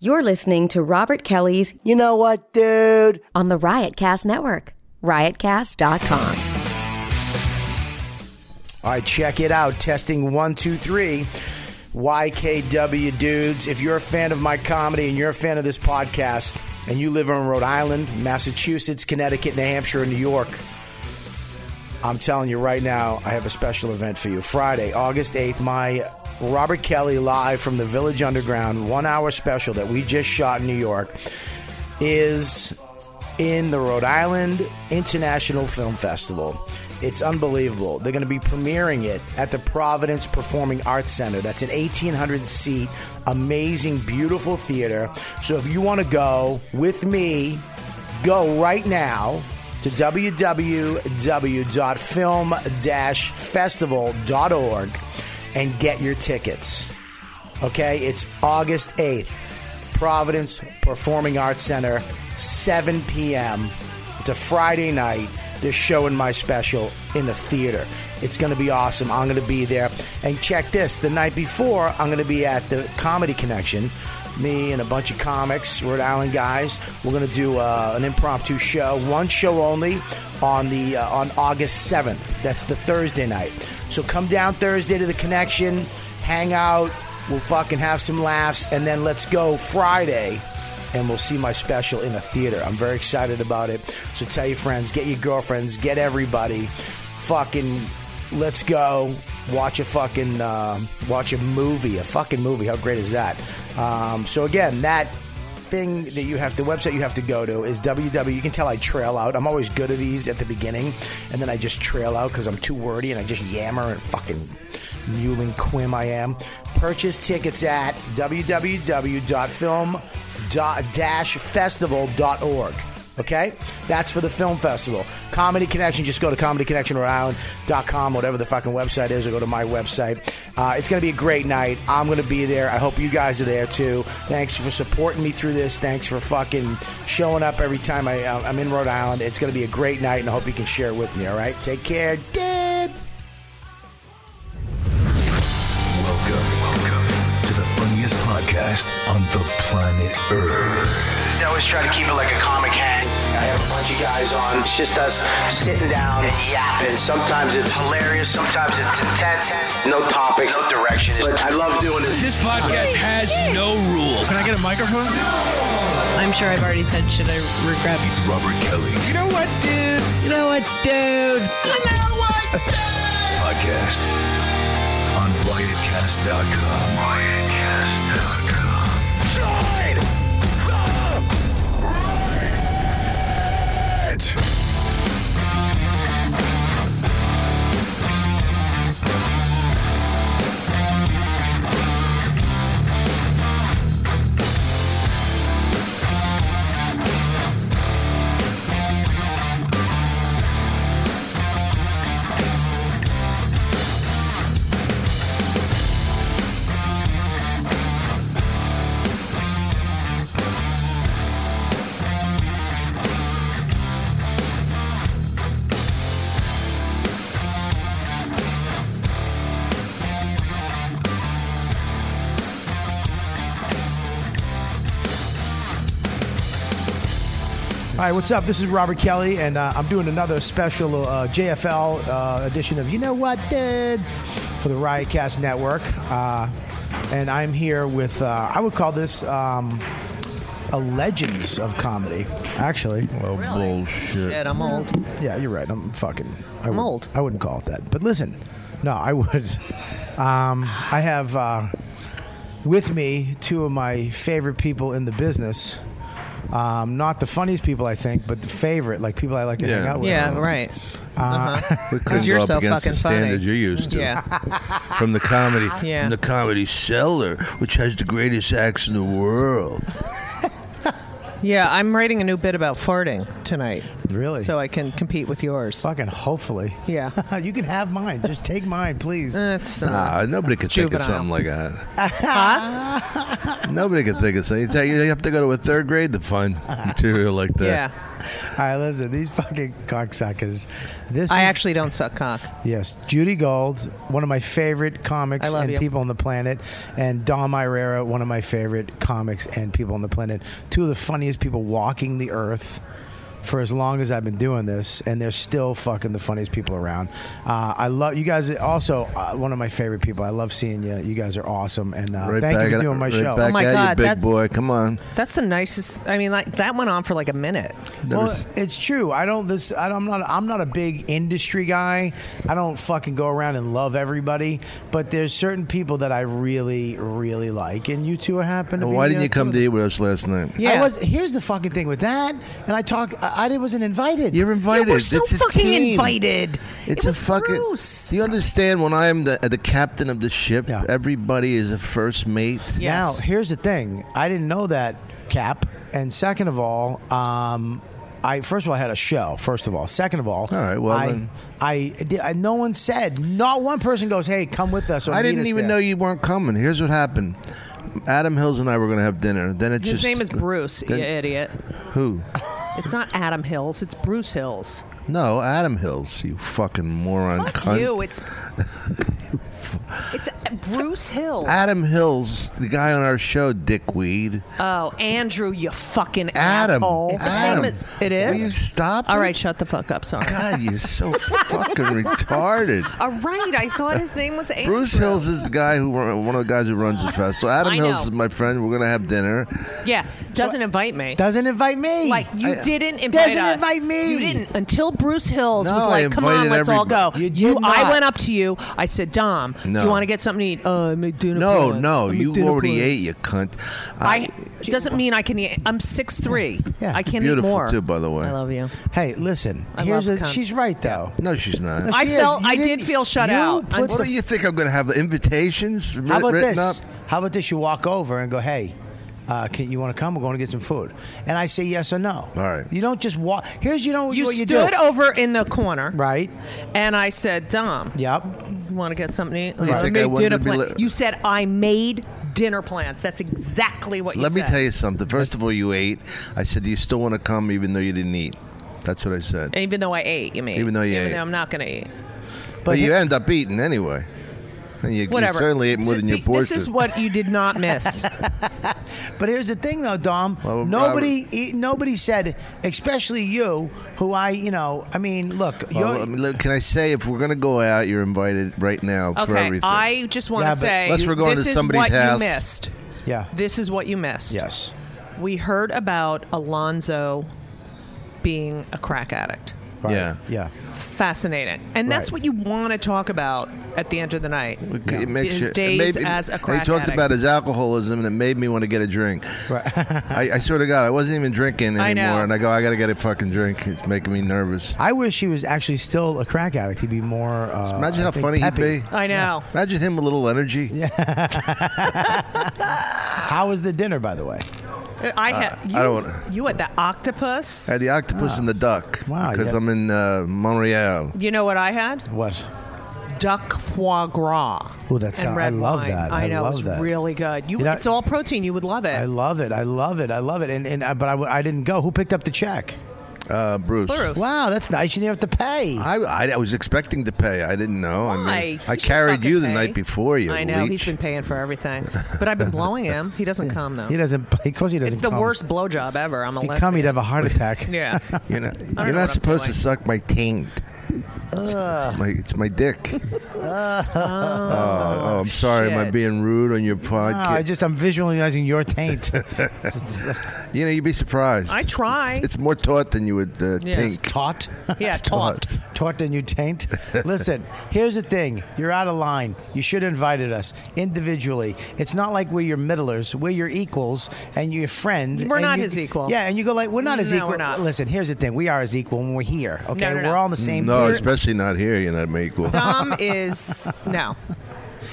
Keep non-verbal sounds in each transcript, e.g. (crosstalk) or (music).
You're listening to Robert Kelly's You know what, dude? on the Riotcast Network, riotcast.com. All right, check it out. Testing one, two, three. YKW dudes. If you're a fan of my comedy and you're a fan of this podcast, and you live in Rhode Island, Massachusetts, Connecticut, New Hampshire, and New York, I'm telling you right now, I have a special event for you. Friday, August 8th, my Robert Kelly live from the Village Underground one hour special that we just shot in New York is in the Rhode Island International Film Festival. It's unbelievable. They're going to be premiering it at the Providence Performing Arts Center. That's an 1,800 seat, amazing, beautiful theater. So if you want to go with me, go right now to www.film-festival.org and get your tickets. Okay, it's August 8th, Providence Performing Arts Center, 7 p.m. It's a Friday night. They're showing my special in the theater. It's going to be awesome. I'm going to be there. And check this the night before, I'm going to be at the Comedy Connection. Me and a bunch of comics, Rhode Island guys. We're going to do uh, an impromptu show, one show only, on the uh, on August 7th. That's the Thursday night. So come down Thursday to the Connection, hang out. We'll fucking have some laughs, and then let's go Friday, and we'll see my special in a theater. I'm very excited about it. So tell your friends, get your girlfriends, get everybody. Fucking, let's go watch a fucking uh, watch a movie, a fucking movie. How great is that? Um, so again, that thing that you have the website you have to go to is www you can tell i trail out i'm always good at these at the beginning and then i just trail out because i'm too wordy and i just yammer and fucking mule and quim i am purchase tickets at www.film-festival.org okay that's for the film festival comedy connection just go to comedyconnectionrhodeisland.com whatever the fucking website is or go to my website uh, it's going to be a great night i'm going to be there i hope you guys are there too thanks for supporting me through this thanks for fucking showing up every time I, uh, i'm in rhode island it's going to be a great night and i hope you can share it with me all right take care Dad. Welcome, welcome to the funniest podcast on the planet Earth. I always try to keep it like a comic hang. I have a bunch of guys on. It's just us sitting down and yapping. Sometimes it's hilarious. Sometimes it's intense. No topics, no direction. But I love doing it. This podcast has no rules. Can I get a microphone? I'm sure I've already said should I regret. It's Robert Kelly's You know what, dude? You know what, dude? (laughs) podcast on riotcast.com. Riotcast.com. Join the riot. All right, what's up? This is Robert Kelly, and uh, I'm doing another special uh, JFL uh, edition of You Know What, Dude, for the Riotcast Network. Uh, and I'm here with, uh, I would call this um, a legends of comedy, actually. Oh, bullshit. I'm old. Yeah, you're right. I'm fucking. I I'm would- old. I wouldn't call it that. But listen, no, I would. Um, I have uh, with me two of my favorite people in the business. Um, not the funniest people, I think, but the favorite, like people I like to hang Yeah. out with. Yeah, right. Uh-huh. Because you're so against fucking the standard funny. you're used to. Yeah. From the comedy, (laughs) Yeah. from the comedy cellar, which has the greatest acts in the world. Yeah, I'm writing a new bit about farting tonight. Really? So I can compete with yours. Fucking hopefully. Yeah. (laughs) Uh. you can have mine. Just take mine, please. That's not. Nah, Ah, nobody could It's think of juvenile. something like that. (laughs) nobody could think of something. You, tell- you have to go to a third grade (laughs) to find material like that. yeah. All right, listen. These fucking cocksuckers. This I is- actually don't suck cock. Yes, Judy Gold, one of my favorite comics I love and you. people on the planet, and Dom Irera, one of my favorite comics and people on the planet. Two of the funniest people walking the earth for as long as I've been doing this, and they're still fucking the funniest people around. Uh, I love you guys. are Also, uh, one of my favorite people. I love seeing you. You guys are awesome, and uh, Right thank back you for at- doing my right show. Back Oh my at you, God, big that's- boy. Come on. That's the nicest. I mean, like that went on for like a minute. There Well, was- it's true. I don't. This. I don't, I'm not. I'm not a big industry guy. I don't fucking go around and love everybody. But there's certain people that I really, really like, and you two happen to. Well, be, why uh, didn't you two come of to them. eat with us last night? Yeah. I was. Here's the fucking thing with that, and I talk. I, I wasn't invited. You're invited. Yeah, we're so It's a fucking team. invited. It's It a was fucking. gross. Do you understand? When I am the the captain of the ship, Yeah. everybody is a first mate. Yes. Now, here's the thing. I didn't know that cap, and second of all, um, I first of all I had a show. First of all, second of all, All right, well, I, then. I, did- I- no one said. Not one person goes, "Hey, come with us." Or I meet didn't us even there." know you weren't coming. Here's what happened. Adam Hills and I were going to have dinner. Then it His just name is Bruce. then- you idiot. Who? It's not Adam Hills. It's Bruce Hills. No, Adam Hills. You fucking moron. Fuck cunt. you. (laughs) It's it's Bruce Hill. Adam Hills, the guy on our show, Dickweed. Oh, Andrew, you fucking Adam. asshole. The It's same Adam. as- It is. Will you stop All it? right, shut the fuck up. Sorry. God, you're so fucking retarded. All right, I thought his name was Andrew. Bruce Hills is the guy who run, one of the guys who runs the festival. Adam I Hills know. is my friend. We're gonna have dinner. Yeah, doesn't invite me. Doesn't invite me. Like you I- didn't invite Doesn't us. invite me. You didn't until Bruce Hills No, was I like, "Come on, invited let's all go." everybody. You did not. I went up to you. I said, "Dom, do No. you want to get something to eat?" Uh, I'm a dinner. No, plans. no, I'm a you dinner already plans." ate, you cunt. I doesn't mean I can eat. I'm six three. Yeah. I can't Beautiful, eat more. too, by the way. I love you. Hey, listen. I here's love a, cunt. she's right though. no, she's not. I She is. felt- You I did didn't- feel shut you out. put what do you think? I'm gonna have invitations writ- How about written this? up? How about this? You walk over and go, hey. Uh, can, you want to come? We're going to get some food, and I say yes or no. All right. You don't just walk. Here's you know You what you do. stood over in the corner, right. and I said, "Dom, Yep. you want to get something to eat?" do you I think made I wanted dinner to be plan- li- You said I made dinner plans. That's exactly what you Let said. me tell you something. First of all, you ate. I said, "Do you still want to come, even though you didn't eat?" That's what I said. Even though I ate, you mean? Even though you even ate. though I'm not going to eat. But, you end up eating anyway. And you, you Whatever. certainly ate more than your Th- portion. This is what you did not (laughs) miss. But here's the thing, though, Dom. Well, nobody, e- nobody said, especially you, who I, you know, I mean, look, Well, you're, I mean, look, can I say if we're gonna go out, you're invited right now for Okay, everything. I just want Yeah, to but- say Unless we're going this to is somebody's what house. you missed. yeah, This is what you missed. yes, We heard about Alonzo being a crack addict. right, Yeah. yeah. Fascinating. And that's Right. what you want to talk about at the end of the night. Okay, it makes His you- it days made me- as a They crack talked addict. about his alcoholism, and it made me want to get a drink. (laughs) I, I swear to God, I wasn't even drinking I know. anymore, and I go, I gotta get a fucking drink. It's making me nervous. I wish he was actually still a crack addict. He'd be more. Uh, Imagine I how think, funny peppy. he'd be. I know. Imagine him with a little energy. How was the dinner, by the way? I had you, I don't wanna- you had the octopus. I had the octopus and the duck. Ah. Wow, Because yeah. I'm in uh, Montreal. You know what I had? What? duck foie gras. Ooh, that and sound- red I love wine. that. I I know love it was that. really good. You, You know- it's all protein. You would love it. I love it. I love it. I love it. And and uh, but I, w- I didn't go. Who picked up the check? Uh, Bruce. Bruce. Wow, that's nice. You didn't have to pay. I, I, I was expecting to pay. I didn't know. I Why? mean, You I should carried fucking you the pay. night before you. I know he's leech. been paying for everything, but I've been blowing him. He doesn't come though. he doesn't. (laughs) Because he doesn't. it's the come. worst blowjob ever. I'm a If he lesbian. come, he'd have a heart (laughs) attack. yeah. You're not, know you're what I'm not supposed to doing. suck my taint. It's my, it's my dick. (laughs) oh, oh, I'm sorry. Am I shit. being rude on your No, podcast? Ah, I just I'm visualizing your taint. (laughs) you know, you'd be surprised. I try. It's more taut than you would uh, Yeah. (laughs) think. Taut. Yeah, taught. Tort and you taint. Listen, here's the thing. You're out of line. You should have invited us individually. It's not like we're your middlers. We're your equals and your friend. We're and not you- his equal. Yeah, and you go like, we're not his No, equal. we're not. Listen, here's the thing. We are his equal when we're here. Okay, no, no. we're all on the same. No, tier. especially not here. You're not my equal. Dom is no.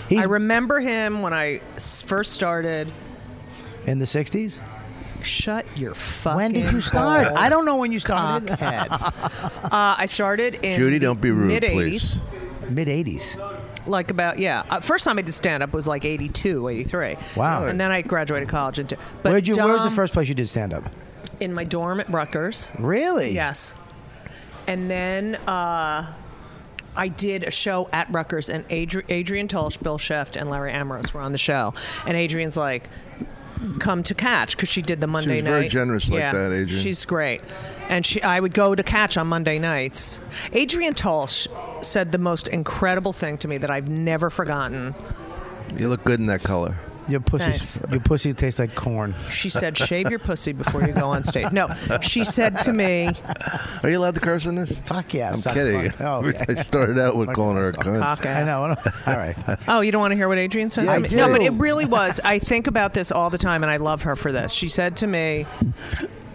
He's I remember him when I s- first started. in the '60s. like, shut your fucking. When did you start? hole, I don't know when you started. cockhead." uh, I started in Judy, the don't be rude, mid-80s. please. Mid 80s. like about yeah uh, first time i did stand up was like 82 83 Wow. and then i graduated college into but Where'd you, where was the Dom, first Hmm. place you did stand up? in my dorm at rutgers Really? yes and then uh I did a show at Rutgers, and Adri- Adrian Tulch, Bill Sheft, and Larry Ambrose were on the show. And Adrian's like, "Come to Catch" because she did the Monday was night. very generous like Yeah, that, Adrian. She's great, and she. I would go to Catch on Monday nights. Adrian Tulch said the most incredible thing to me that I've never forgotten. You look good in that color. Your pussy, Thanks. your pussy tastes like corn. She said, "Shave your pussy before you go on stage." No, she said to me, Are you allowed to curse on this? Fuck yeah, I'm son. kidding. Fuck- oh, yeah. (laughs) I started out with calling her a cunt. "Cock I ass." know. (laughs) I know. All right. Oh, you don't want to hear what Adrian said? Yeah, I mean, no, do. but it really was. I think about this all the time, and I love her for this. She said to me,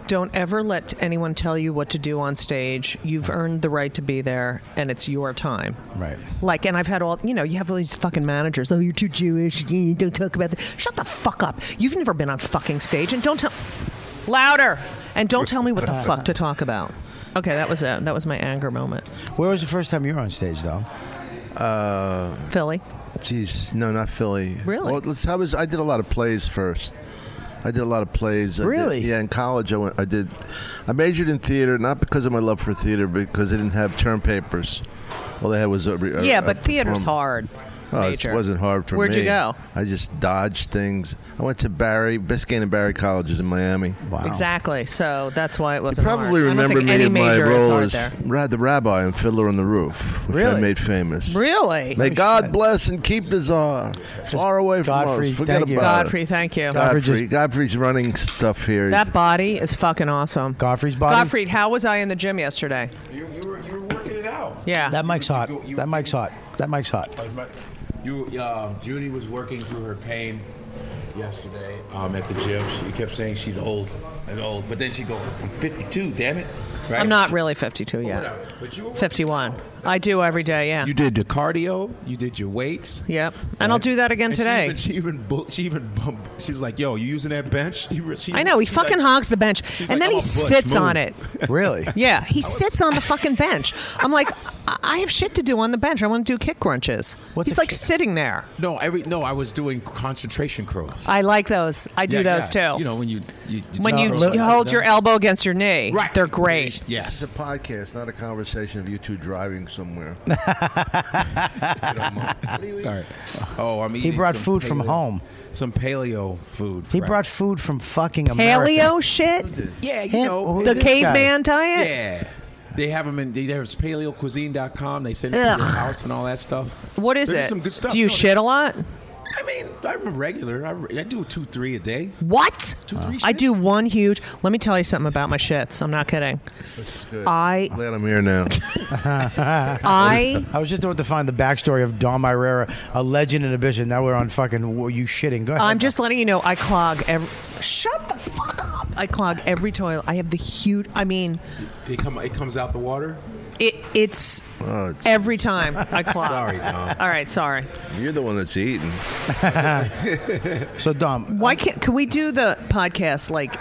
"Don't ever let anyone tell you what to do on stage. You've earned the right to be there, and it's your time." Right. Like, and I've had all, you know, you have all these fucking managers. Oh, you're too Jewish. You don't talk about that. Shut the fuck up. You've never been on fucking stage, and don't tell louder. And don't tell me what the fuck to talk about. Okay, that was it. That was my anger moment. Where was the first time you were on stage, though? Philly. Jeez, no, not Philly. Really? Well, let's, I was. I did a lot of plays first. I did a lot of plays. I did- Really? yeah, in college, I went. I did. I majored in theater, not because of my love for theater, because they didn't have term papers. All they had was a, a Yeah, a but theater's form- hard. Uh, Oh, major. it wasn't hard for Where'd me. you go? I just dodged things. I went to Barry, Biscayne and Barry colleges in Miami. Wow. Exactly. So that's why it You wasn't. probably hard. remember I don't think me any in my major is role hard as there. Ra- the rabbi in Fiddler on the Roof, which I Really? made famous. Really, May God bless and keep the czar far away from Godfrey, us. Forget thank about you. Godfrey. it. Thank you. Godfrey, Godfrey just- Godfrey's running stuff here. That body is fucking awesome. Godfrey's body? Godfrey, how was I in the gym yesterday? You, you, were, you were working it out. Yeah. That mic's hot. That mic's hot. That mic's hot. As my- You, um, Judy was working through her pain yesterday um, at the gym. She kept saying she's old and old, but then she go, "I'm 52, damn it!" Right? I'm not really 52 Whatever. yet. But you were working 51. out. I do every day. Yeah. You did the cardio. You did your weights. Yep. And I'll do that again And today. She even, she even, bu- she even, bum- she was like, "Yo, you using that bench?" You were- she- I know he she's fucking like- hogs the bench, she's like, and then "I'm he a butch, sits move." on it. (laughs) Really? (laughs) Yeah, he sits on the fucking bench. I'm like, I I have shit to do on the bench. I want to do kick crunches. What's He's a like kick- sitting there. No, every no, I was doing concentration curls. I like those. I do Yeah, those yeah. too. You know when you, you, when you, curl you it hold down. your elbow against your knee, Right. they're great. It's Yes. a podcast, not a conversation of you two driving somewhere. Sorry. (laughs) Oh, I'm He eating. brought some food from paleo- home. Some paleo food. He crap. brought food from fucking America. Paleo shit, Yeah, you Him- know. who the this guy? caveman diet. yeah. They have them in. They have paleocuisine.com. They send it Ugh. to your house and all that stuff. What is There's it? Some good stuff. Do you No, shit a lot? I mean, I'm a regular. I, re- I do two, three a day. What? Two, three I shits? do one huge. Let me tell you something about my shits. I'm not kidding. I Glad I'm here now. (laughs) I I was just about to find the backstory of Dom Irera, a legend and a bishop. Now we're on fucking. Were you shitting? Go ahead. I'm just letting you know. I clog every. Shut the fuck up. I clog every toilet. I have the huge. I mean, It come. It comes out the water. it. It's Oh, it's- uh, every time I clog. Sorry, Dom. All right, sorry. you're the one that's eating. so Dom. Why can't? Can we do the podcast like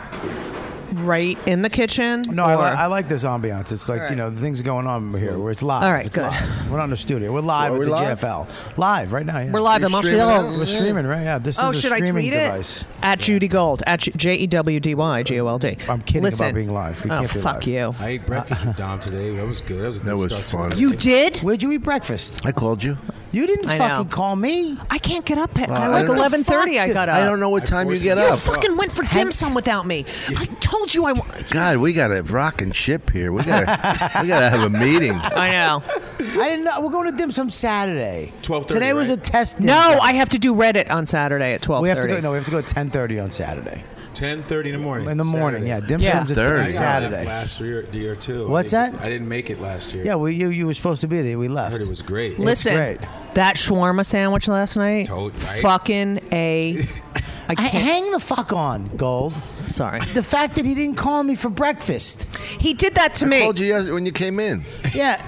right in the kitchen? No, I, Or- li- I like this ambiance. It's like All right. you know the things going on here where it's live. All right, it's good. Live. We're not in the studio. We're live Are at we the live? JFL. Live right now. Yeah. We're live in Montreal. We're streaming right now. This Oh, is a should I streaming tweet device. it? At Judy Gold. At J E W D Y G O L D. I'm kidding about Listen. being live. We oh, can't do fuck live. you. I ate Uh, breakfast with Dom today. That was good. That was a good That was start to fun. the You day. did? Where'd you eat breakfast? I called you. You didn't I know. fucking call me. I can't get up at Well, I I like don't know. 11:30. Uh, I got up. I don't know what I time you forced get you. You up. fucking went for dim sum without me. I told you I. (laughs) wa- God, we got a rocking ship here. We got to we got to have (laughs) a meeting. I know. I didn't know. We're going to dim sum Saturday. 12:30, Today was a right? test. Dim No, sum. I have to do Reddit on Saturday at 12:30. We have to go. No, we have to go at ten thirty on Saturday 10:30 in the morning. in the morning. Saturday. Yeah, dim Yeah. sum's at 10 30. I got it Saturday. Last year, year too. What's I didn't- that? I didn't make it last year. Yeah, well, you you were supposed to be there. We I left. heard it was great. Listen, great. that shawarma sandwich last night. Told- right? Fucking a. (laughs) I I, can't. hang the fuck on, Gold. sorry. The fact that he didn't call me for breakfast. He did that to me. Called you yes- when you came in. Yeah.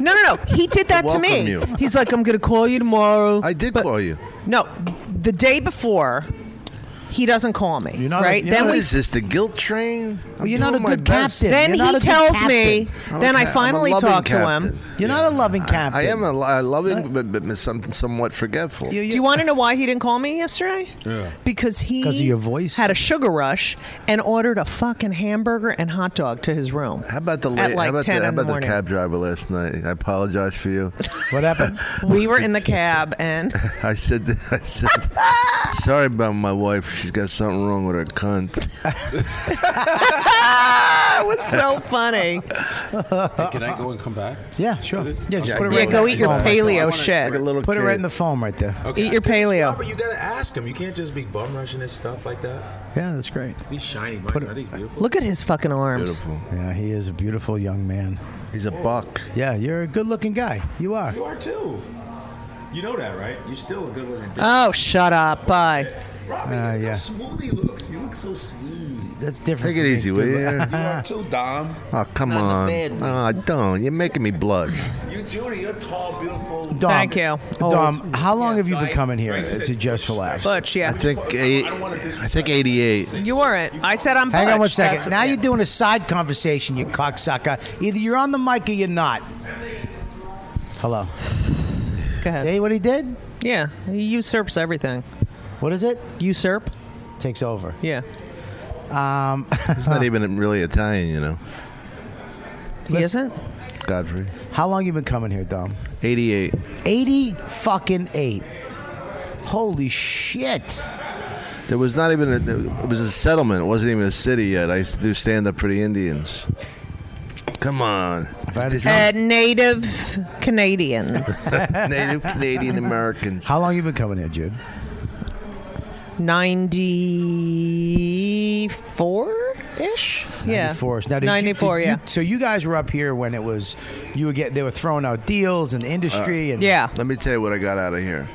No, no, no. He did that to me. Welcome you. He's like, I'm going to call you tomorrow. I did But- call you. No, the day before, He doesn't call me. You're not a- right? you're then not- we Is this the guilt train? I'm You're not doing a my good best. captain. Then You're not he a good tells captain. me. Then Okay, I I'm a finally loving talk to him. captain. You're not a loving captain. I am a, li- loving, but, but, but some, somewhat forgetful. Do you want to know why he didn't call me yesterday? Yeah. Because he 'Cause of your voice? had a sugar rush and ordered a fucking hamburger and hot dog to his room. how about the at late, like how about 10 the, how in the about the morning. cab driver last night? I apologize for you. What happened? (laughs) We were in the cab and (laughs) I said, that- I said, (laughs) sorry about my wife. She's got something wrong with her cunt. Ah, it was so (laughs) funny. Can I go and come back? yeah, sure. Yeah, just Yeah, put it yeah, right Yeah, go there. eat your Come on. paleo wanna- shit. Like a little Put it right kid. in the phone right there. Eat your paleo. Robert, Oh, you gotta ask him. You can't just be bum rushing his stuff like that. Yeah, that's great. These shiny, Mike. Are these beautiful? Look at his fucking arms. Beautiful. Yeah, he is a beautiful young man. He's a buck. Yeah, you're a good-looking guy. You are. You are too. You know that, right? You're still a good looking bitch. Oh, shut up. Bye. Robbie, Ah, look yeah. how smooth he looks. You look so smooth. That's different. Take it from easy, being will good-look- you? (laughs) You (laughs) Ah. are too, Dom. Oh, come Not the on. bad one. Oh, don't. You're making me blush. You, Judy, you're tall, beautiful. Dom, Thank you. Dom, how long have you been Diet- coming here Right, you to said- Just for Laughs? Butch, yeah. I think eight, I think 88. you weren't. I said I'm Hang on one Butch. second. That's- now you're doing a side conversation, you cocksucker. Either you're on the mic or you're not. Hello. Go ahead. See what he did? Yeah, he usurps everything. What is it? Usurp? Takes over. Yeah. He's not even really Italian, you know. He Listen- isn't? Godfrey. How long you been coming here, Dom? 88. 80 fucking 8. Holy shit. There was not even a, it was a settlement. It wasn't even a city yet. I used to do stand up for the Indians. Come on, I had a Uh, native Canadians. (laughs) Native Canadian Americans. How long you been coming here, Jude? 94 ish? Yeah. 94. Now, did you- 94, did yeah. you- so you guys were up here when it was, you were get they were throwing out deals in the industry and yeah. Let me tell you what I got out of here.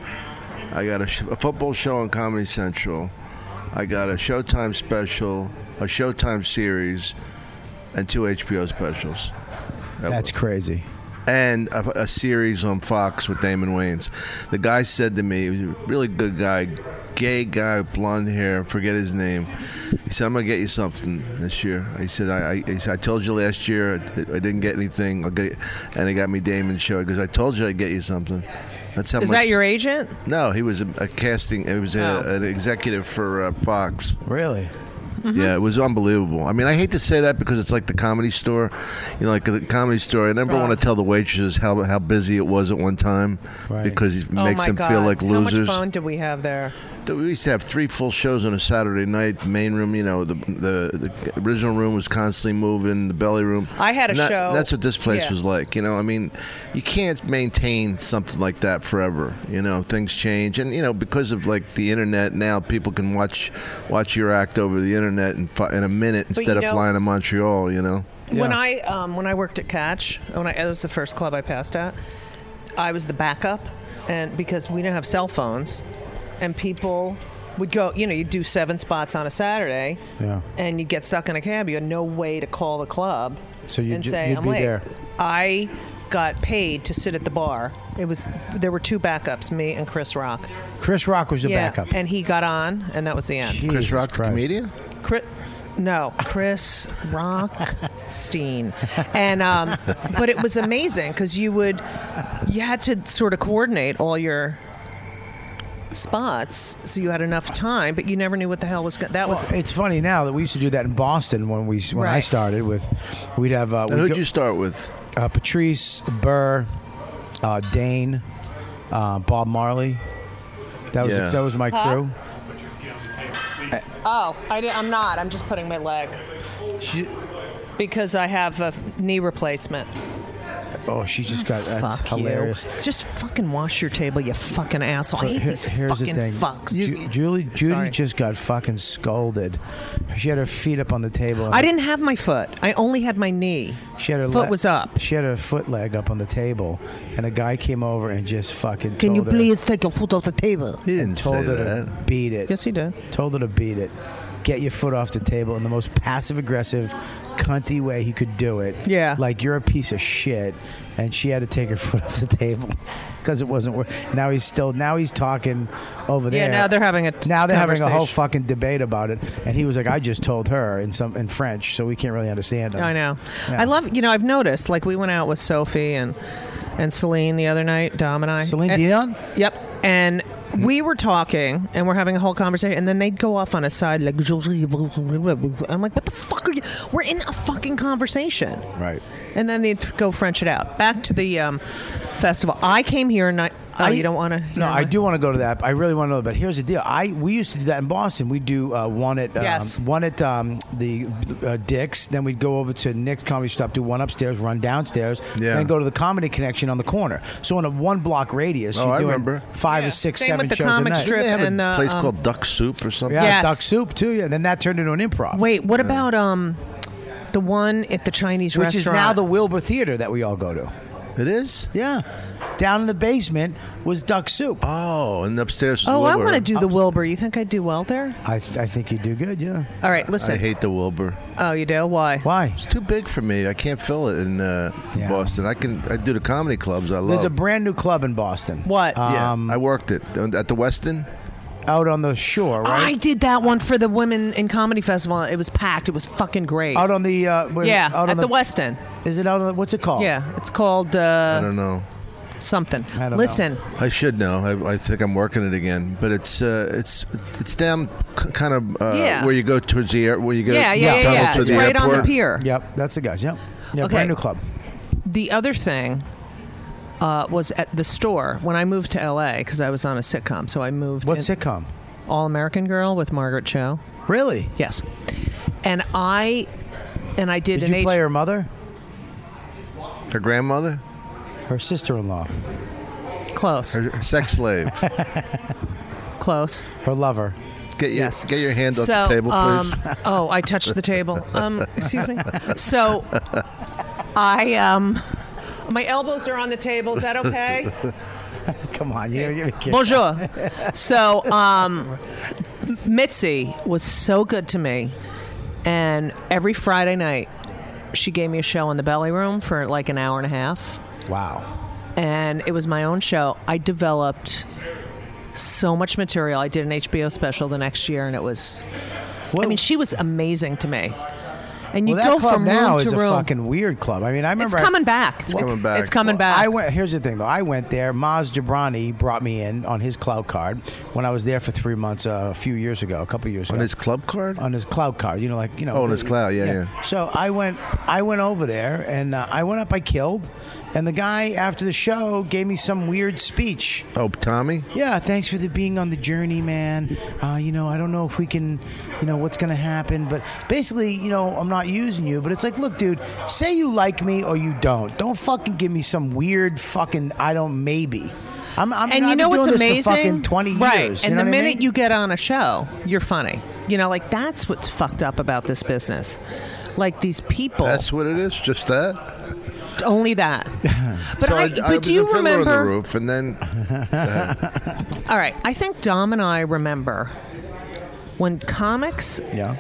I got a, sh- a football show on Comedy Central. I got a Showtime special, a Showtime series, and two HBO specials. That's crazy. and a, a series on Fox with Damon Wayans. The guy said to me, he was a really good guy, gay guy, blonde hair, forget his name. He said, I'm going to get you something this year. He said, I, I, he said, I told you last year I, I didn't get anything. I'll get you. And he got me Damon's show because I told you I'd get you something. That's how Is much. that your agent? No, he was a, a casting, he was a, Oh. an executive for uh, Fox. Really? Mm-hmm. Yeah, it was unbelievable. I mean, I hate to say that because it's like the comedy store. You know, like the comedy store, I never want to tell the waitresses how, how busy it was at one time Right. because it oh makes my them God. feel like How much losers. phone did we have there? Th- We used to have three full shows on a Saturday night. The main room, you know, the the, the original room was constantly moving, the belly room. I had a And that- show- That's what this place yeah. was like. You know, I mean, you can't maintain something like that forever. You know, things change, and you know, because of like the internet now, people can watch watch your act over the internet in, fi- in a minute instead of know- flying to Montreal. You know. When Yeah. I um, when I worked at Catch, when I, it was the first club I passed at, I was the backup, and because we didn't have cell phones, and people would go, you know, you would do seven spots on a Saturday, Yeah. and you get stuck in a cab, you had no way to call the club, So you'd and ju- say, you'd I'm be late. there. I got paid to sit at the bar. It was there were two backups, me and Chris Rock. Chris Rock was the yeah, backup. and he got on, and that was the end. Jesus Chris Rock, Christ. comedian. Chris, no, Chris Rockstein, and um, but it was amazing because you would you had to sort of coordinate all your spots so you had enough time, but you never knew what the hell was go- that was. It's funny now that we used to do that in Boston when we when I Right. started with we'd have uh, And we'd who'd go- you start with? uh, Patrice Burr, uh, Dane, uh, Bob Marley. That was Yeah. that was my crew. Oh, I did, I'm not. I'm just putting my leg She, because I have a knee replacement. oh, she just got that's Fuck hilarious. you! Just fucking wash your table, you fucking asshole. So I hate here- these fucking fucks. Ju- Julie, Judy Sorry. just got fucking scolded. She had her feet up on the table. and I didn't have my foot. I only had my knee. She had her foot le- was up. She had her foot leg up on the table, and a guy came over and just fucking. Can you told her- please take your foot off the table? He didn't Told her say that. to beat it. Yes, he did. Told her to beat it. get your foot off the table in the most passive aggressive, cunty way he could do it. Yeah. Like you're a piece of shit, and she had to take her (laughs) foot off the table because it wasn't worth. Now he's still. Now he's talking over Yeah, there. now they're having a now they're having a whole conversation. fucking debate about it, and he was like, "I just told her in some in French, so we can't really understand." Him. I know. Yeah. I love. You know, I've noticed. Like we went out with Sophie and and Celine the other night. Dom and I. Celine And- (laughs) Dion? Yep. And we were talking and we're having a whole conversation, and then they'd go off on a side like. I'm like, what the fuck are you? We're in a fucking conversation. Right. And then they'd go French it out. Back to the um, festival. I came here and I. Oh, you don't want to? No, I do want to go to that. I really want to know. But here's the deal: I we used to do that in Boston. We do uh, one at um, Yes. one at um, the uh, Dick's. Then we'd go over to Nick's Comedy Stop, do one upstairs, run downstairs, Yeah. then go to the Comedy Connection on the corner. So in a one block radius, Oh, you're I doing remember. five Yeah. or six, Same seven with the shows comic a night. strip They have a and the place um, called Duck Soup or something. Yeah, Yes. duck soup too. Yeah, and then that turned into an improv. Wait, what about um, the one at the Chinese which is restaurant? now the Wilbur Theater that we all go to. It is. Yeah, down in the basement was duck soup. Oh, and upstairs. Is Oh, I Wilbur. want to do the Wilbur. You think I'd do well there? I, th- I think you do good. Yeah. All right, listen. I hate the Wilbur. oh, you do? Why? Why? It's too big for me. I can't fill it in uh, Yeah. Boston. I can. I do the comedy clubs. I love. There's a brand new club in Boston. What? yeah, Um, I worked it at the Westin. out on the shore, I right? did that one for the Women in Comedy Festival. It was packed. It was fucking great. out on the uh, where- Ah! yeah, out on at the, West End. Is it out on the, what's it called? Yeah, it's called I uh, don't know. something. I don't know. listen, I should know. I, I think I'm working it again, but it's uh, it's it's down k- kind of uh, Yeah. where you go towards the air, where you go Yeah, yeah, yeah, tunnel yeah. to It's the right on the airport. pier. Yep, that's the guys. Yep. Yeah, Okay. brand new club. the other thing uh, was at the store when I moved to LA because I was on a sitcom. So I moved. What in- sitcom? All American Girl with Margaret Cho. Really? Yes, and I and I did, Did an you play H- her mother? Her grandmother, Her sister-in-law, close, her, her sex slave. (laughs) close. her lover. (laughs) Get your Yes. get your hand off the table, please. Um, oh, I touched the table. (laughs) Um, excuse me. So, I um, my elbows are on the table. Is that okay? Come on, you give me a kick. Bonjour. So, um, Mitzi was so good to me, and every Friday night, she gave me a show in the belly room for like an hour and a half, Wow. and it was my own show. I developed. So much material. I did an HBO special the next year, and it was Well, I mean, she was amazing to me. And you well, that go club from now room is to a room. fucking weird club. I mean, I it's remember. coming back. It's coming back. It's coming Well, back. I went. Here's the thing, though. I went there. Maz Jabrani brought me in on his cloud card when I was there for three months uh, a few years ago, a couple years On ago. his club card. on his cloud card. You know, like you know. Oh, on his cloud, yeah, yeah. So I went, I went over there, and uh, I went up. I killed, and the guy after the show gave me some weird speech. Oh, Tommy. Yeah, thanks for the being on the journey, man. Uh, you know, I don't know if we can, you know, what's gonna happen, but basically, you know, I'm not using you. But it's like, look, dude, say you like me or you don't. Don't fucking give me some weird fucking I don't maybe. I'm, I'm and I've you been know what's doing this amazing? For fucking Twenty right. years. and you know the what I minute mean? you get on a show, you're funny. You know, like that's what's fucked up about this business. Like these people, That's what it is. Just that. (laughs) only that. But so I, I, but I was do you in Fiddler remember? on the roof, and then All right, I think Dom and I remember when comics yeah,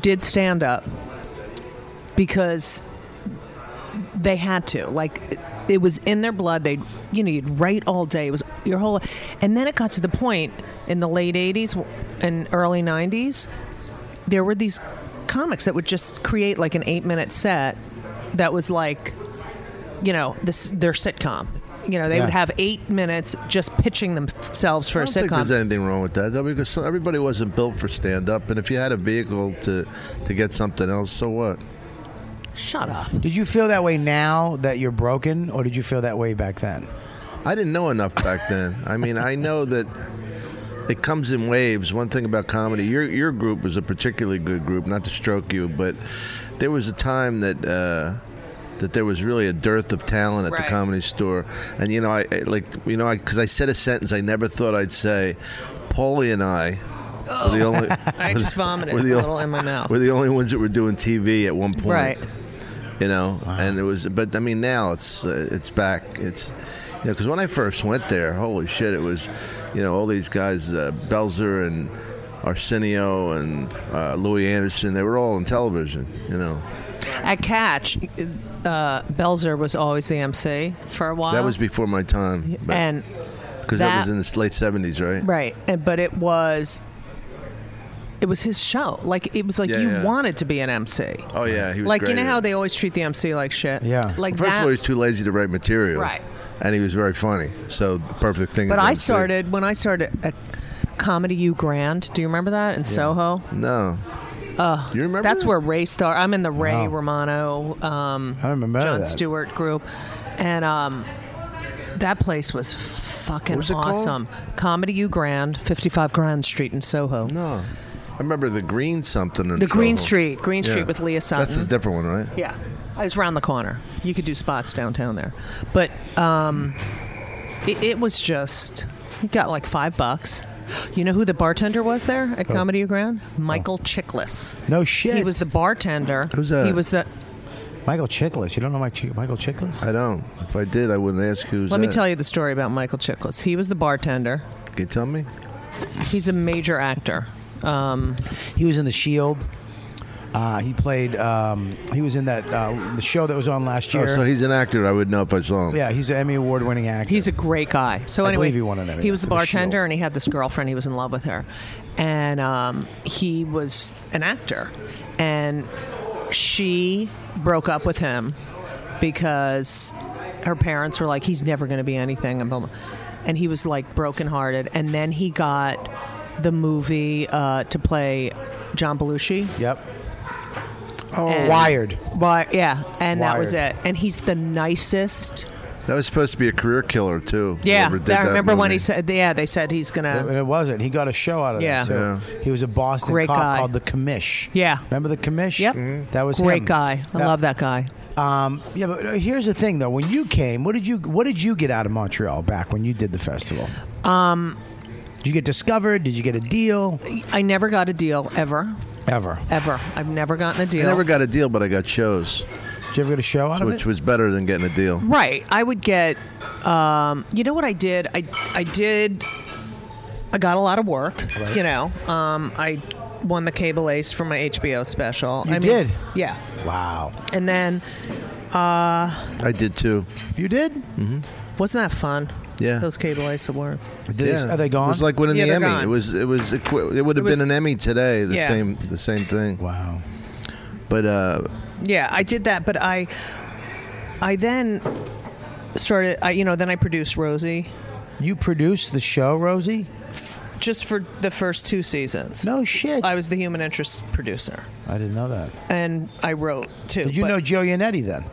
did stand up because they had to. Like it, it was in their blood. They, you know, you'd write all day. It was your whole, and then it got to the point in the late '80s and early '90s, there were these comics that would just create like an eight-minute set that was like, you know, this their sitcom. You know, they Yeah. would have eight minutes just pitching themselves for I a don't sitcom. think there's anything wrong with that though, because so- everybody wasn't built for stand up, and if you had a vehicle to to get something else, so what? Shut up. Did you feel that way now that you're broken, or did you feel that way back then? I didn't know enough back then. I mean, I know that it comes in waves. One thing about comedy, your your group was a particularly good group. Not to stroke you, but there was a time that. Uh, that there was really a dearth of talent at Right. the comedy store, and you know, I I- like you know, because I, said a sentence I never thought I'd say. Paulie and I were the only. Oh. (laughs) I just vomited were a the little only- in my mouth. We're the only ones that were doing TV at one point, Right. You know, and it was, but I mean, now it's uh, it's back. It's you know, because when I first went there, holy shit, it was, you know, all these guys, uh, Belzer and Arsenio and uh, Louis Anderson. They were all on television, you know. At Catch, uh, Belzer was always the MC for a while. That was before my time. Uh, and Because that, that- was in the late 70s, right? right, and but it was. It was his show. Like it was like Yeah, you yeah. wanted to be an MC. Oh, yeah. He was like great you know at how it. they always treat the MC like shit. Yeah. Like First that. of all, he was too lazy to write material. Right. And he was very funny. So, the perfect thing but is I MC. started when I started at Comedy U Grand. Do you remember that in Soho? No. Uh, you remember? That's that? where Ray star. I'm in the Ray Romano, um, I remember John that. Stewart group, and um, that place was fucking was it called? awesome. Comedy U Grand, 55 Grand Street in Soho. No. I remember the green something. in The Green Soho. Street, Green Street Yeah. with Leah Sutton. That's a different one, right? Yeah, I was around the corner. You could do spots downtown there, but um, it, it was just you got like five bucks. You know who the bartender was there at Comedy U Grand? Oh. Michael Chiklis. No shit. He was the bartender. Who's that? He was the. Michael Chiklis. You don't know Mike Ch- Michael Chiklis? Uh, I don't. If I did, I wouldn't ask who's Let me tell you the story about Michael Chiklis. He was the bartender. Can you tell me? He's a major actor. Um, He was in The Shield. Uh, he played. Um, he was in that uh, the show that was on last year. Oh, so he's an actor. I would know if I saw him. yeah, he's an Emmy award-winning actor. He's a great guy. So I anyway, believe he won an Emmy he was the for The bartender, Shield. and he had this girlfriend. He was in love with her, and um, he was an actor, and she broke up with him because her parents were like, "He's never going to be anything," and blah, blah. and he was like brokenhearted. And then he got the movie uh, to play John Belushi. yep. Oh, And- Wired. Why- yeah, and that was Wired. it. And he's the nicest. That was supposed to be a career killer too. Yeah, Whoever did I that remember when movie. he said, "Yeah, they said he's gonna." And it wasn't. He got a show out of Yeah. that too. He was a Boston Great cop guy. called the Commish. Yeah. Remember the Commish? Yep. Mm-hmm. That was Great him. guy. I Yeah. love that guy. Um, yeah, but uh, here's the thing though. When you came, what did you what did you get out of Montreal back when you did the festival? Um, did you get discovered? Did you get a deal? I never got a deal ever, Ever? ever. I've never gotten a deal. I never got a deal, but I got shows, Did you ever get a show out of which it? was better than getting a deal. right. I would get. Um, you know what I did? I I did. I got a lot of work. You know, um, I won the cable ace for my HBO special. You I mean, did? Yeah. Wow. And then Mm-hmm. I did too. You did? wasn't that fun? Yeah. Those cable ace awards. Did they- are they gone? It was like winning Yeah, the they're Emmy. gone. It was it was equi- it would have was- been an Emmy today. The Yeah. same the same thing. wow. But uh, Yeah, I did that, but I, I then started. I you know then I produced Rosie You produced the show, Rosie? just for the first two seasons. No shit. I was the human interest producer, I didn't know that. and I wrote too. Did you but- know Joe Yannetti then?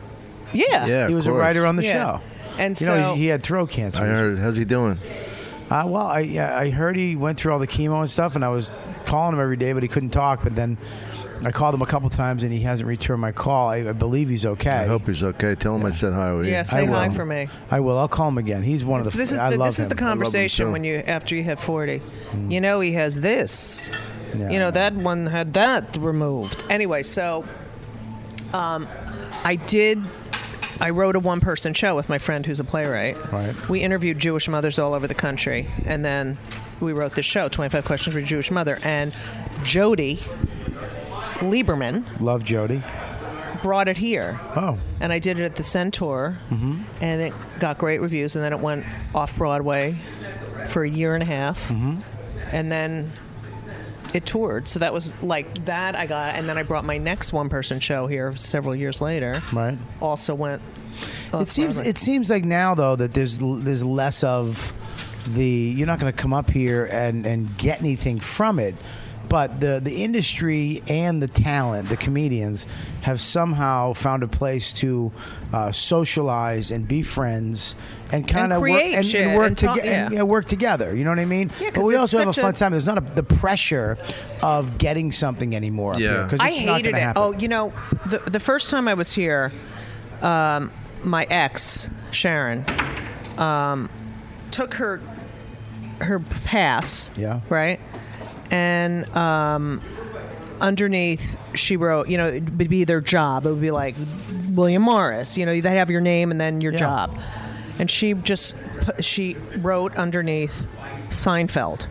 Yeah. yeah, he of was a course. writer on the Yeah. show. And you so know, he, he had throat cancer. I heard. How's he doing? Uh, well, I yeah, I heard he went through all the chemo and stuff, and I was calling him every day, but he couldn't talk. But then I called him a couple times, and he hasn't returned my call. I, I believe he's okay. I hope he's okay. Tell him I said hi. will you? yeah, say I hi will. for me. I will. I'll call him again. He's one of the. This f- is I the, love this is the him. conversation too. when you after you hit forty. Mm. You know he has this. You know that one had that removed. Anyway, so um, I did. I wrote a one-person show with my friend who's a playwright. Right. We interviewed Jewish mothers all over the country, and then we wrote this show, 25 Questions for a Jewish Mother. And Jody Lieberman Love Jody. brought it here Oh, and I did it at the Centaur, Mm-hmm. and it got great reviews. And then it went off Broadway for a year and a half, Mm-hmm. and then it toured. So that was like that. I got, and then I brought my next one-person show here several years later. right. Also went. It seems. Broadway. It seems like now though that there's l- there's less of the. You're not going to come up here and and get anything from it. But the, the industry and the talent, the comedians, have somehow found a place to uh, socialize and be friends and kind of work create and, shit and work and talk- together. yeah. yeah, work together. You know what I mean? Yeah, 'cause but we it's also have a such fun a- time. There's not a, the pressure of getting something anymore. up Yeah. here, 'cause I it's not hated gonna it. happen. Oh, you know, the the first time I was here, um, my ex Sharon um, took her her pass. Yeah. Right. And um, underneath, she wrote, you know, it would be their job. It would be like William Morris. You know, they'd have your name and then your Yeah. job. And she just pu- she wrote underneath Seinfeld.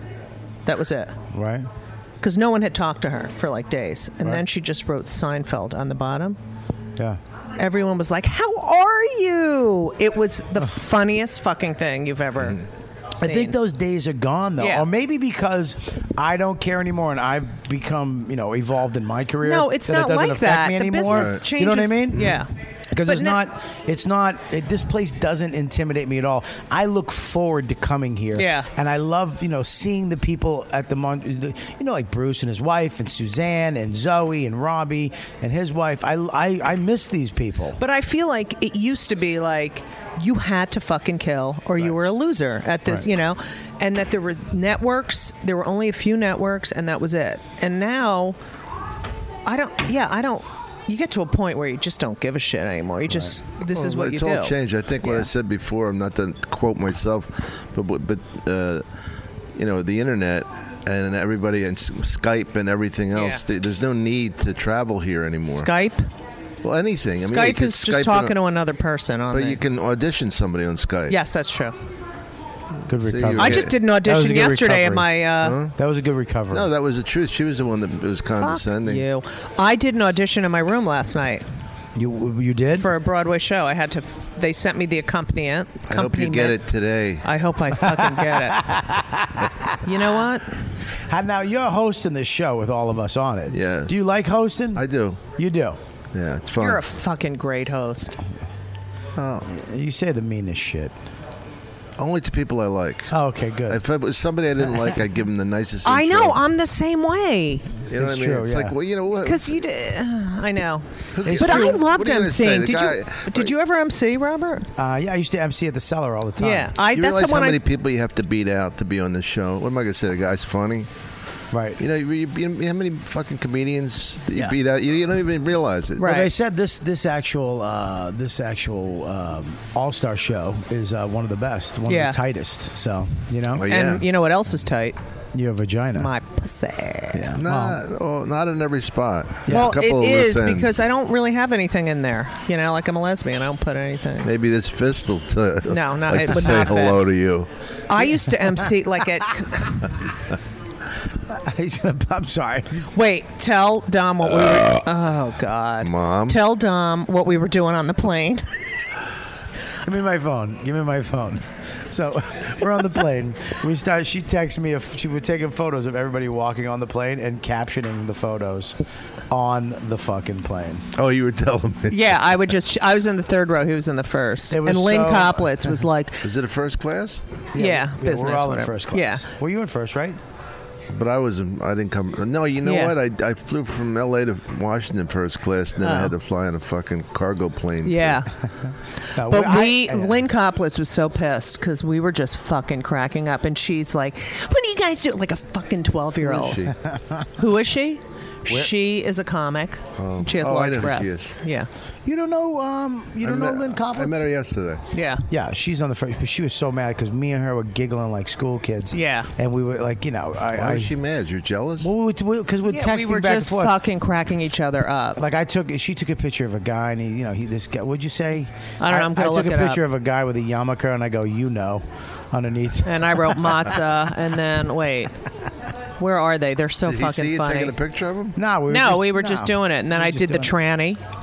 That was it right. because no one had talked to her for like days. And then she just wrote Seinfeld on the bottom. Yeah. Everyone was like, "How are you?" It was the funniest fucking thing you've ever. Mm. I think those days are gone though, Yeah. or maybe because I don't care anymore, and I've become, you know, evolved in my career. No, it's that not it doesn't like affect that. Me The anymore. business You know what I changes- mean? yeah. Because But Mm. it's no- not, it's not. It, this place doesn't intimidate me at all. I look forward to coming here. Yeah. and I love, you know, seeing the people at the, Mon- the- you know, like Bruce and his wife, and Suzanne, and Zoe, and Robbie, and his wife. I, I, I miss these people. But I feel like it used to be like you had to fucking kill or you were a loser at this, you know, and that there were networks, there were only a few networks and that was it. And now I don't yeah, I don't you get to a point where you just don't give a shit anymore. You just this is Well, what you it's do. all changed. I think what I said before. I'm not to quote myself, but but- but uh, you know the internet and everybody and S- Skype and everything else. Yeah. th- There's no need to travel here anymore. Skype Well, anything. I mean, you Skype could is Skype just in talking a- to another person on But the- you can audition somebody on Skype. Yes, that's true. Good See, recovery. you- I Okay. just did an That was a audition good yesterday recovery. and my uh That was a good recovery. No, that was the truth. She was the one that was condescending. you. I did an audition in my room last night. you, you did. for a Broadway show. I had to. f- They sent me the accompaniment. I hope you get it today. I hope I fucking get (laughs) it. you know what? And now you're hosting this show with all of us on it. Yeah. Do you like hosting? I do. You do. Yeah, it's fun. You're a fucking great host. You say the meanest shit. Only to people I like. Oh, okay, good. If it was somebody I didn't like, I'd give them the nicest. I intro. know. I'm the same way. You know It's what I mean? true, it's yeah. like, well, you know what? Cause you did. (sighs) I know. gives But a- I what loved are you gonna say? emceeing. The Did you? guy- Did you ever MC, Robert? Uh, yeah, I used to MC at the cellar all the time. Yeah. I. you that's realize the how one I. many s- people you have to beat out to be on this show? What am I going to say? The guy's funny. Right. You know, you, you, you- how many fucking comedians that you Yeah. beat out? You, you don't even realize it. Right. Well, they said this this actual uh, this actual um, All Star show is uh, one of the best, one Yeah. of the tightest. So you know, Oh, yeah. And you know what else is tight? your vagina. My pussy. yeah. Well, Not, oh, not in every spot. Well, A couple it of loose is ends. because I don't really have anything in there. You know, like I'm a lesbian, I don't put anything. Maybe this fist will t- No, not- like it to would say not fit. hello to you. I used to MC like (laughs) at (laughs) I'm sorry. Wait, tell Dom what we were. Oh God, Mom. Tell Dom what we were doing on the plane. Give me my phone. Give me my phone. (laughs) So we're on the plane. We start. She texts me if she was taking photos of everybody walking on the plane and captioning the photos on the fucking plane. Oh, you were telling me. (laughs) yeah, I would just. I was in the third row. He was in the first. It was and Lynn so- Coplitz was like, Is it a first class? yeah, Yeah, business. we're all whatever. in first class. Yeah. Were you in first, right? But I was. In, I didn't come. No, you know Yeah. what? I, I flew from L.A. to Washington first class, and then I had to fly on a fucking cargo plane. Uh-huh. Yeah, No, but I- we I- Lynn Coplitz was so pissed because we were just fucking cracking up, and she's like, "What do you guys do?" Like a fucking twelve-year-old. She- Who is she? She is a comic. she has Oh, I large know who she breasts. is. Yeah, You don't know. Um, you I don't met- know Lynn I Coplitz. met her yesterday. yeah. Yeah, she's on the first. But she was so mad because me and her were giggling like school kids. Yeah. and we were like, you know, I. Why I was she mad? You're jealous? well, because we, 'cause we're Yeah, texting we were back just and forth. fucking cracking each other up. Like I took, she took a picture of a guy, and he, you know, he this guy. What'd you say? I don't know, I'm gonna I look took a it picture up. of a guy with a yarmulke, and I go, you know, underneath. (laughs) and I wrote matzah, and then wait, where are they? They're so Did he fucking see you funny. taking a picture of him? no, we were no, just, we were no. just doing it, and then We were I just did the doing it. tranny.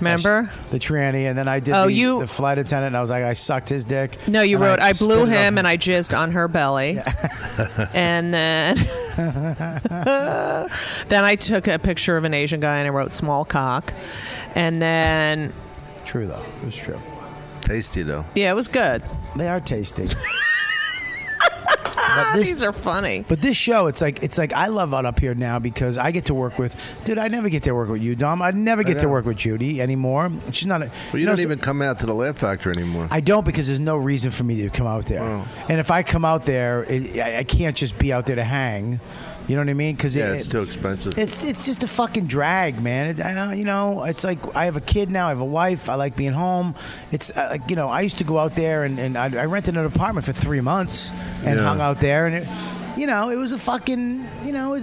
Remember? the tranny, and then I did. Oh, the, you- the flight attendant, and I was like, I sucked his dick. No, you and wrote. I, blew spit it him, on and I jizzed on her belly, (laughs) (laughs) and then then I took a picture of an Asian guy, and I wrote small cock, and then True though, it was true. Tasty though. yeah, it was good. They are tasty. (laughs) But this- Ah, These are funny. But this show, it's like it's like I love out up here now because I get to work with, dude. I never get to work with you, Dom. I never get to know. work with Judy anymore. She's not. A, Well, you no, don't so- even come out to the Laugh Factory anymore. I don't because there's no reason for me to come out there. Oh. And if I come out there, it, I, I can't just be out there to hang. You know what I mean? Because yeah, it's too expensive. It's it's just a fucking drag, man. It, I know, you know, it's like I have a kid now. I have a wife. I like being home. It's uh, like you know, I used to go out there and, and I, I rented an apartment for three months and Yeah. hung out there, and it, you know, it was a fucking, you know, it,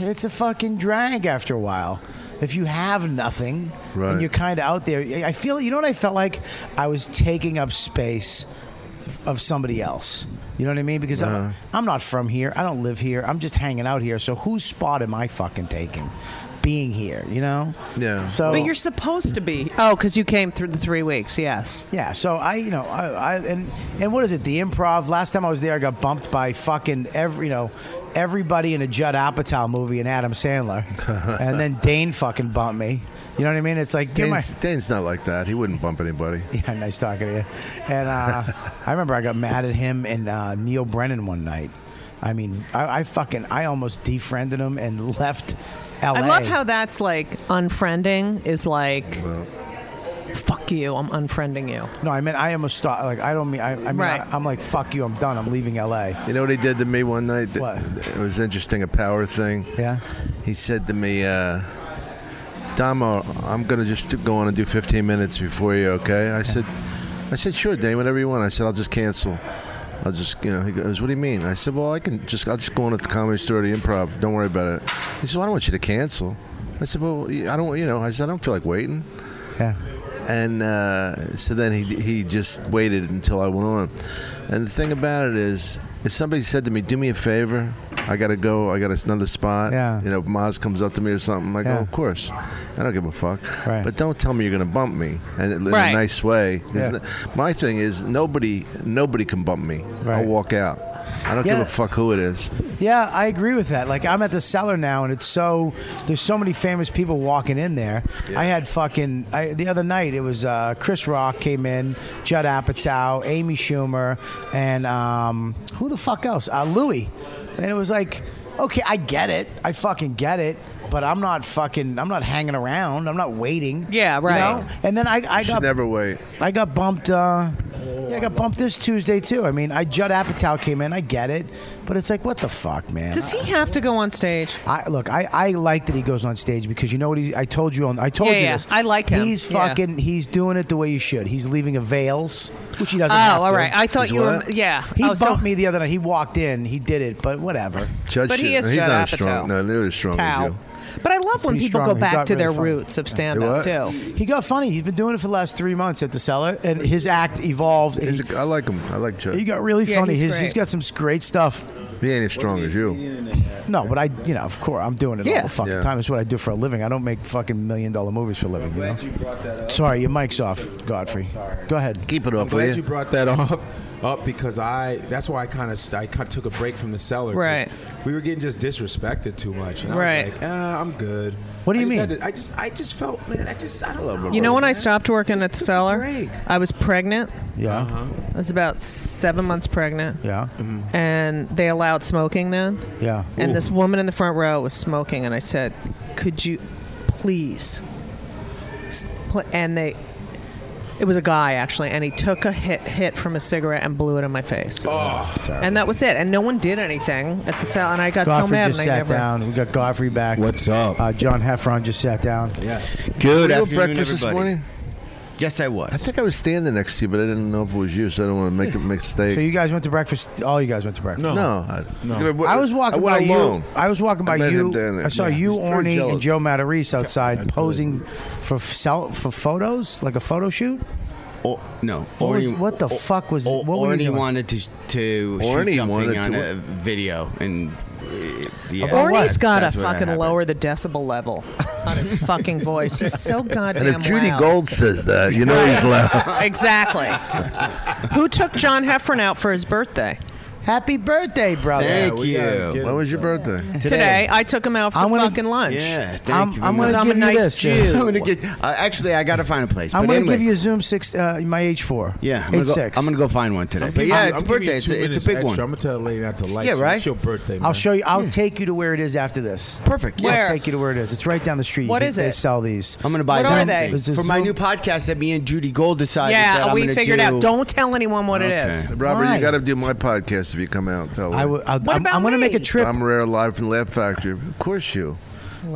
it's a fucking drag after a while. If you have nothing Right. and you're kind of out there, I- I feel. You know what I felt like? I was taking up space of somebody else. You know what I mean? Because I'm, I'm not from here. I don't live here. I'm just hanging out here. So whose spot am I fucking taking? Being here, you know? Yeah. So But you're supposed to be. Oh, because you came through the three weeks. Yes. yeah, so I, you know, I, I and and what is it? The improv. Last time I was there, I got bumped by fucking every, you know, everybody in a Judd Apatow movie and Adam (laughs) Sandler, and then Dane fucking bumped me. You know what I mean? It's like you're my, Dane's, Dane's not like that. He wouldn't bump anybody. (laughs) yeah, nice talking to you. And uh, I remember I got mad at him and uh, Neil Brennan one night. I mean, I, I fucking I almost defriended him and (laughs) left. LA. I love how that's like unfriending is like. Fuck you! I'm unfriending you. No, I mean I am a star. Like I don't mean I. I mean Right. I, am like fuck you. I'm done. I'm leaving L.A. You know what he did to me one night? What? It was interesting, a power thing. Yeah. He said to me, uh, Damo, I'm going to just go on and do 15 minutes before you, okay? I said, I said, sure, Dane, whatever you want. I said, I'll just cancel. I'll just, you know, he goes, what do you mean? I said, well, I can just, I'll just go on at the Comedy Store to improv. Don't worry about it. He said, well, I don't want you to cancel. I said, well, I don't, you know, I said, I don't feel like waiting. Yeah. And uh, so then he he just waited until I went on. And the thing about it is, if somebody said to me, "Do me a favor, I gotta go, I got another spot," Yeah. you know, if Maz comes up to me or something, I'm like, Yeah. "Oh, of course, I don't give a fuck." Right. But don't tell me you're gonna bump me, and in Right. a nice way. 'Cause Yeah. n- My thing is, nobody nobody can bump me. Right. I'll walk out. I don't Yeah. give a fuck who it is. Yeah, I agree with that. Like I'm at the cellar now, and it's so there's so many famous people walking in there. I had fucking I, the other night. It was uh, Chris Rock came in, Judd Apatow, Amy Schumer, and um, who the fuck else? Uh, Louis. And it was like, okay, I get it. I fucking get it. But I'm not fucking. I'm not hanging around. I'm not waiting. Yeah, you right. know? And then I, I You should got never wait. I got bumped. Uh, yeah, I got bumped this Tuesday too. I mean, I Judd Apatow came in. I get it, but it's like, what the fuck, man? Does he have to go on stage? I look. I, I like that he goes on stage because you know what he. I told you on. I told Yeah, you yeah. this. I like him. He's Yeah. fucking. He's doing it the way you should. He's leaving a veils, which he doesn't. Oh, have to. all right. I thought He's you were. what? Yeah. He oh, bumped me the other night. He walked in. He did it, but whatever. Judge But he should- is he's Judd not Apatow. as strong. No, they're as strong as Tao. you. But I love when pretty people strong. go He back got to really their funny. roots of stand what? up too. He got funny. He's been doing it for the last three months at the cellar, and his act evolved. And He's he, a, I like him. I like Judge. he got really Yeah, funny. he's His- great. he's got some great stuff. he ain't as strong as you. No, but I, you know, of course, I'm doing it all Yeah. the fucking Yeah. time. It's what I do for a living. I don't make fucking million dollar movies for a living. You know? Glad you brought that up. Sorry, your mic's off, Godfrey. Go ahead. Keep it I'm up, Oh, will glad you you? brought that (laughs) up, up because I. That's why I kind of I kind of took a break from the cellar. 'cause Right. We were getting just disrespected too much, and I Right. was like, ah, I'm good. What do I you just had mean? to- I just I just felt man, I just I don't know. You know when I man. stopped working at the Just took a cellar? break. I was pregnant. Yeah. Uh-huh. I was about seven months pregnant. Yeah. Mm-hmm. And they allowed smoking then. Yeah. And this woman in the front row was smoking, and I said, "Could you please?" s- pl- And they, it was a guy actually, and he took a hit hit from a cigarette and blew it in my face. Oh. and that was it. And no one did anything at the cell, and I got so Godfrey mad. just and I sat never, down. We got Godfrey back. What's up? Uh, John Heffron just sat down. Yes. Good Were you at afternoon, breakfast everybody. this morning? Yes, I was. I think I was standing next to you, but I didn't know if it was you, so I don't want to make a mistake. So you guys went to breakfast. All you guys went to breakfast. no, I, no. I was walking I went by alone. you. I was walking by I met you. him down there. I saw Yeah. you, He's very Orny, and jealous. Joe Matarese outside posing for f- cell, for photos, like a photo shoot. O- no. What was- what the fuck was- O- what were you Orny doing? wanted to to Orny shoot something wanted on to- a video and. uh, Yeah, Orny's got to That's what fucking happened. lower the decibel level on his fucking voice. He's (laughs) so goddamn and if Judy loud. Gold says that, you (laughs) know he's loud. (laughs) exactly. Who took John Heffron out for his birthday? Happy birthday, brother. Thank we gotta you. get- When was your birthday? Today, I took him out for I'm gonna- fucking lunch. Yeah, thank I'm, you. very I'm going much. to 'Cause I'm give a you nice this. (laughs) Jew. I'm gonna get. Uh, actually, I gotta find a place. I'm but going to anyway, give you a Zoom six, uh, my age four. Yeah, I'm age gonna, go, six. I'm gonna go find one today. But I'm- yeah, I'm it's a giving you birthday. It's two a, it's minutes a big extra. one. I'm gonna tell the lady not to like. Yeah, you. right? It's your birthday. Man. I'll show you. I'll take you to where it is after this. Perfect. I'll Where? Yeah. take you to where it is. It's right down the street. What They- is They it? sell these. I'm gonna buy What are something. they? There's a for my Zoom- new podcast that me and Judy Gold decided. that Yeah, I'm we gonna figured do- out. Don't tell anyone what it is. Okay. Robert, Why? you got to do my podcast if you come out. Tell I her. will, I'll, What I'm, about I'm gonna make a me? trip. I'm rare live from Laugh Factory. Of course you.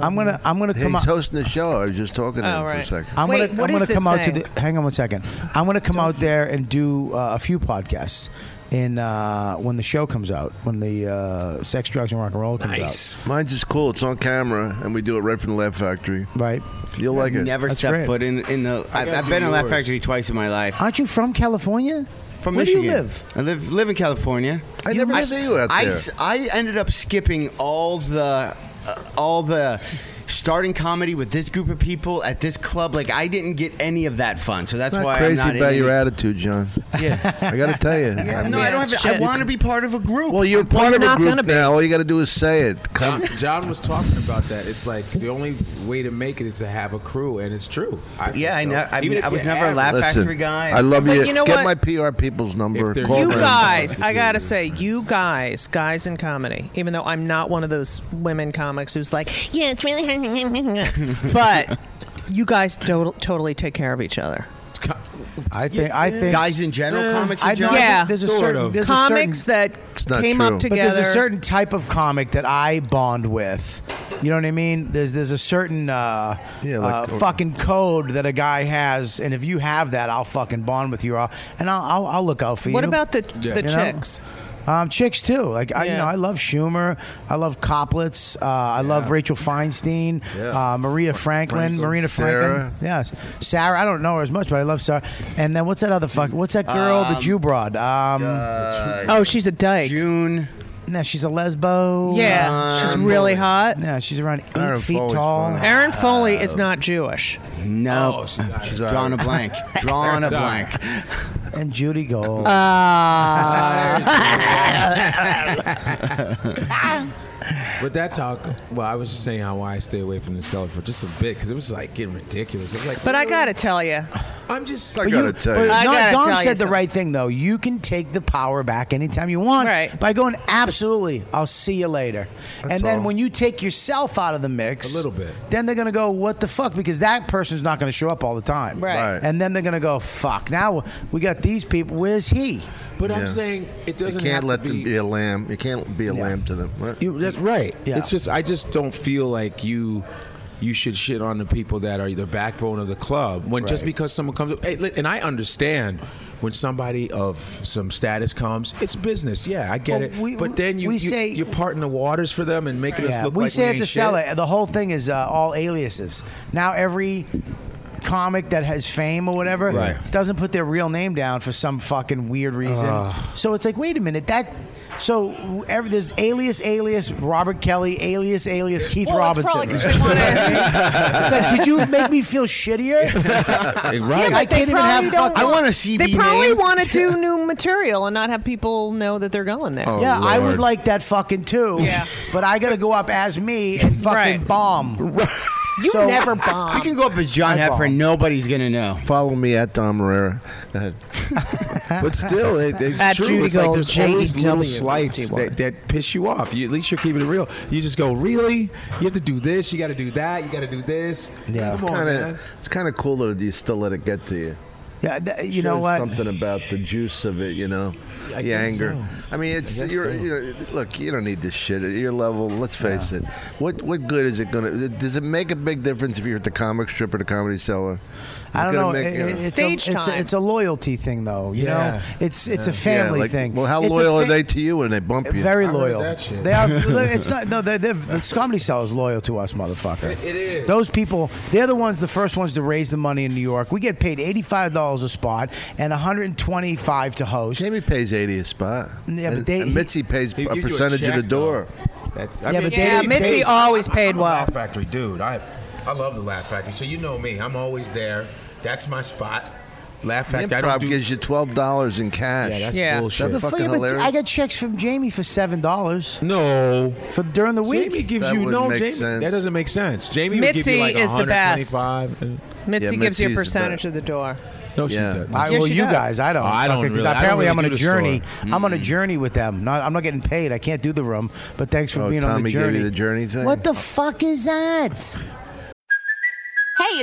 I'm gonna I'm gonna Hey, come he's out. hosting the show. I was just talking to Oh, him for a right. second. I'm Wait, gonna what I'm is gonna this come out to thing? the, hang on one second. I'm gonna come out there and do uh, a few podcasts in uh, when the show comes out when the uh, sex drugs and rock and roll comes Nice. Mine's is cool. It's on camera, and we do it right from the Laugh Factory. out. Right? You'll like it. Never That's stepped great. foot in in the. I, gotta I've do been in Laugh yours. Factory twice in my life. Aren't you from California? From Where do you Michigan. live? I live live in California. I never saw you out I, there. s- I ended up skipping all the uh, all the starting comedy with this group of people at this club. Like I didn't get any of that fun, so that's Not why crazy I'm not in about your any- attitude, John. (laughs) Yeah, I got to tell you. no, I don't have. I want to be part of a group. Well, you're part you're of a not group gonna be. now. All you got to do is say it. Come. John, John was talking about that. It's like the only way to make it is to have a crew, and it's true. I think Yeah, I so. know. I Even mean, if I was you never a have- laugh Listen, factory guy. I love But you. you know Get what? my PR people's number. If they're- Call You them. guys, I gotta say, you guys, guys in comedy, even though I'm not one of those women comics who's like, yeah, it's really (laughs) hard, but you guys do- totally take care of each other. I think. I think guys in general, comics. In I know. general? Yeah. Yeah. There's a Sort certain. of. There's Comics a certain, not that came true. up But But together. there's a certain type of comic that I bond with. You know what I mean? There's there's a certain uh, Yeah, like- uh, fucking code that a guy has, and if you have that, I'll fucking bond with you. I'll, and I'll, I'll I'll look out for you. what about the the You know? chicks? Um, chicks too. Like I, you Yeah. know, I love Schumer. I love Coplitz. Uh, I love Rachel Feinstein. Uh, Maria Franklin. Franklin. Marina Franklin. Sarah. Yes, Sarah. I don't know her as much, but I love Sarah. And then what's that other fuck? What's that girl? the Jew broad. Um, Oh, she's a dyke. June. no, she's a lesbo. yeah, she's really hot. Yeah, she's around eight Aaron feet Foley's tall. fine. Aaron Foley is (laughs) not Jewish. No, Oh, she's not- she's drawn a blank. Drawn a Sorry. blank. And Judy Gold. Uh, But that's how. Well, I was just saying how I stay away from the cellar for just a bit because it was like getting ridiculous. It was like, But I really? gotta tell you, I'm just. I gotta tell you. But I Don- gotta Don tell you said the something. right thing, though. You can take the power back anytime you want Right. by going, absolutely, I'll see you later. and then all. when you take yourself out of the mix, A little bit. then they're going to go, what the fuck? Because that person's not going to show up all the time. Right. Right. And then they're going to go, fuck, now we got these people. Where's he? But Yeah. I'm saying it You doesn't. have can't to let be, them be a lamb. You can't be a lamb to them. What? You, that's right. Yeah. It's just I just don't feel like you you should shit on the people that are the backbone of the club when just because someone comes up hey, li- and I understand when somebody of some status comes it's business yeah I get Well, it we- but then you, we you say- you're parting the waters for them and making us Yeah, look we like say we at ain't the shit. cellar. The whole thing is uh, all aliases. Now every comic that has fame or whatever Right. doesn't put their real name down for some fucking weird reason. So it's like, wait a minute, that. So every, there's alias, alias, Robert Kelly, alias, alias, Keith Well, it's Robinson. probably 'cause they (laughs) wanna- (laughs) It's like, could you make me feel shittier? (laughs) (laughs) right I can't even have. don't fuck- I want a CD they probably name. want to do new material and not have people know that they're going there. Oh, yeah, I Lord. would like that fucking too. Yeah. But I gotta go up as me and fucking (laughs) Right. bomb. you so- never We bomb. can go up as John Eyeball. Heffer. Nobody's gonna know. Follow me at Don Marrera. Go ahead. (laughs) but still it, it's At true Judy it's like Gold, there's always E little JDW, slights T1. that, that piss you off you, at least you're keeping it real you just go really you have to do this you got to do that you got to do this Yeah. Come It's on, Kind man. of. It's kind of cool that you still let it get to you. Yeah, th- you know There's what? Something about the juice of it, you know, the anger. I mean, it's you're, you know, look. You don't need this shit at your level. Let's face it. What what good is it gonna? Does it make a big difference if you're at the comic strip or the comedy cellar? I It's don't gonna know. make, It- you know, it's a- it's Stage a, time. it's a loyalty thing, though. You know, Yeah. it's it's a yeah, family like, thing. Well, how It's a loyal are fa- they to you when they bump you? Very I heard loyal. that shit. They are. It's not. No, they, they're, the comedy cell is loyal to us, motherfucker. It- it is. Those people. They're the ones. The first ones to raise the money in New York. We get paid eighty-five dollars a spot and one hundred and twenty-five to host. Jamie pays eighty a spot. Yeah, but And- they- and Mitzi pays They a give you a percentage of check, the though. door. That- Yeah, I mean, but they yeah, didn't Mitzi pay- always paid I'm a well. Laugh Factory dude. I I love the Laugh Factory. So you know me. I'm always there. That's my spot. Laugh The Factory. I improv don't do, gives you twelve dollars in cash. Yeah, that's Yeah. bullshit. That's The fuck- fucking yeah, but hilarious. I got checks from Jamie for seven dollars no. for during the week. Jamie gives That you wouldn't no make Jamie. sense. That doesn't make sense. Jamie would give Mitzi you like is the best. 125. Mitzi Yeah, gives you a Mitzi's the percentage best. of the door. No, she Yeah. does. I, Yes, well, she you does. guys, I don't. Oh, I don't because really- I don't apparently really I'm on do a the store. journey. I'm on a journey with them. Not, I'm not getting paid. I can't do the room. But thanks for Oh, being on the Tommy gave you journey. the journey thing? What the fuck is that? Hey,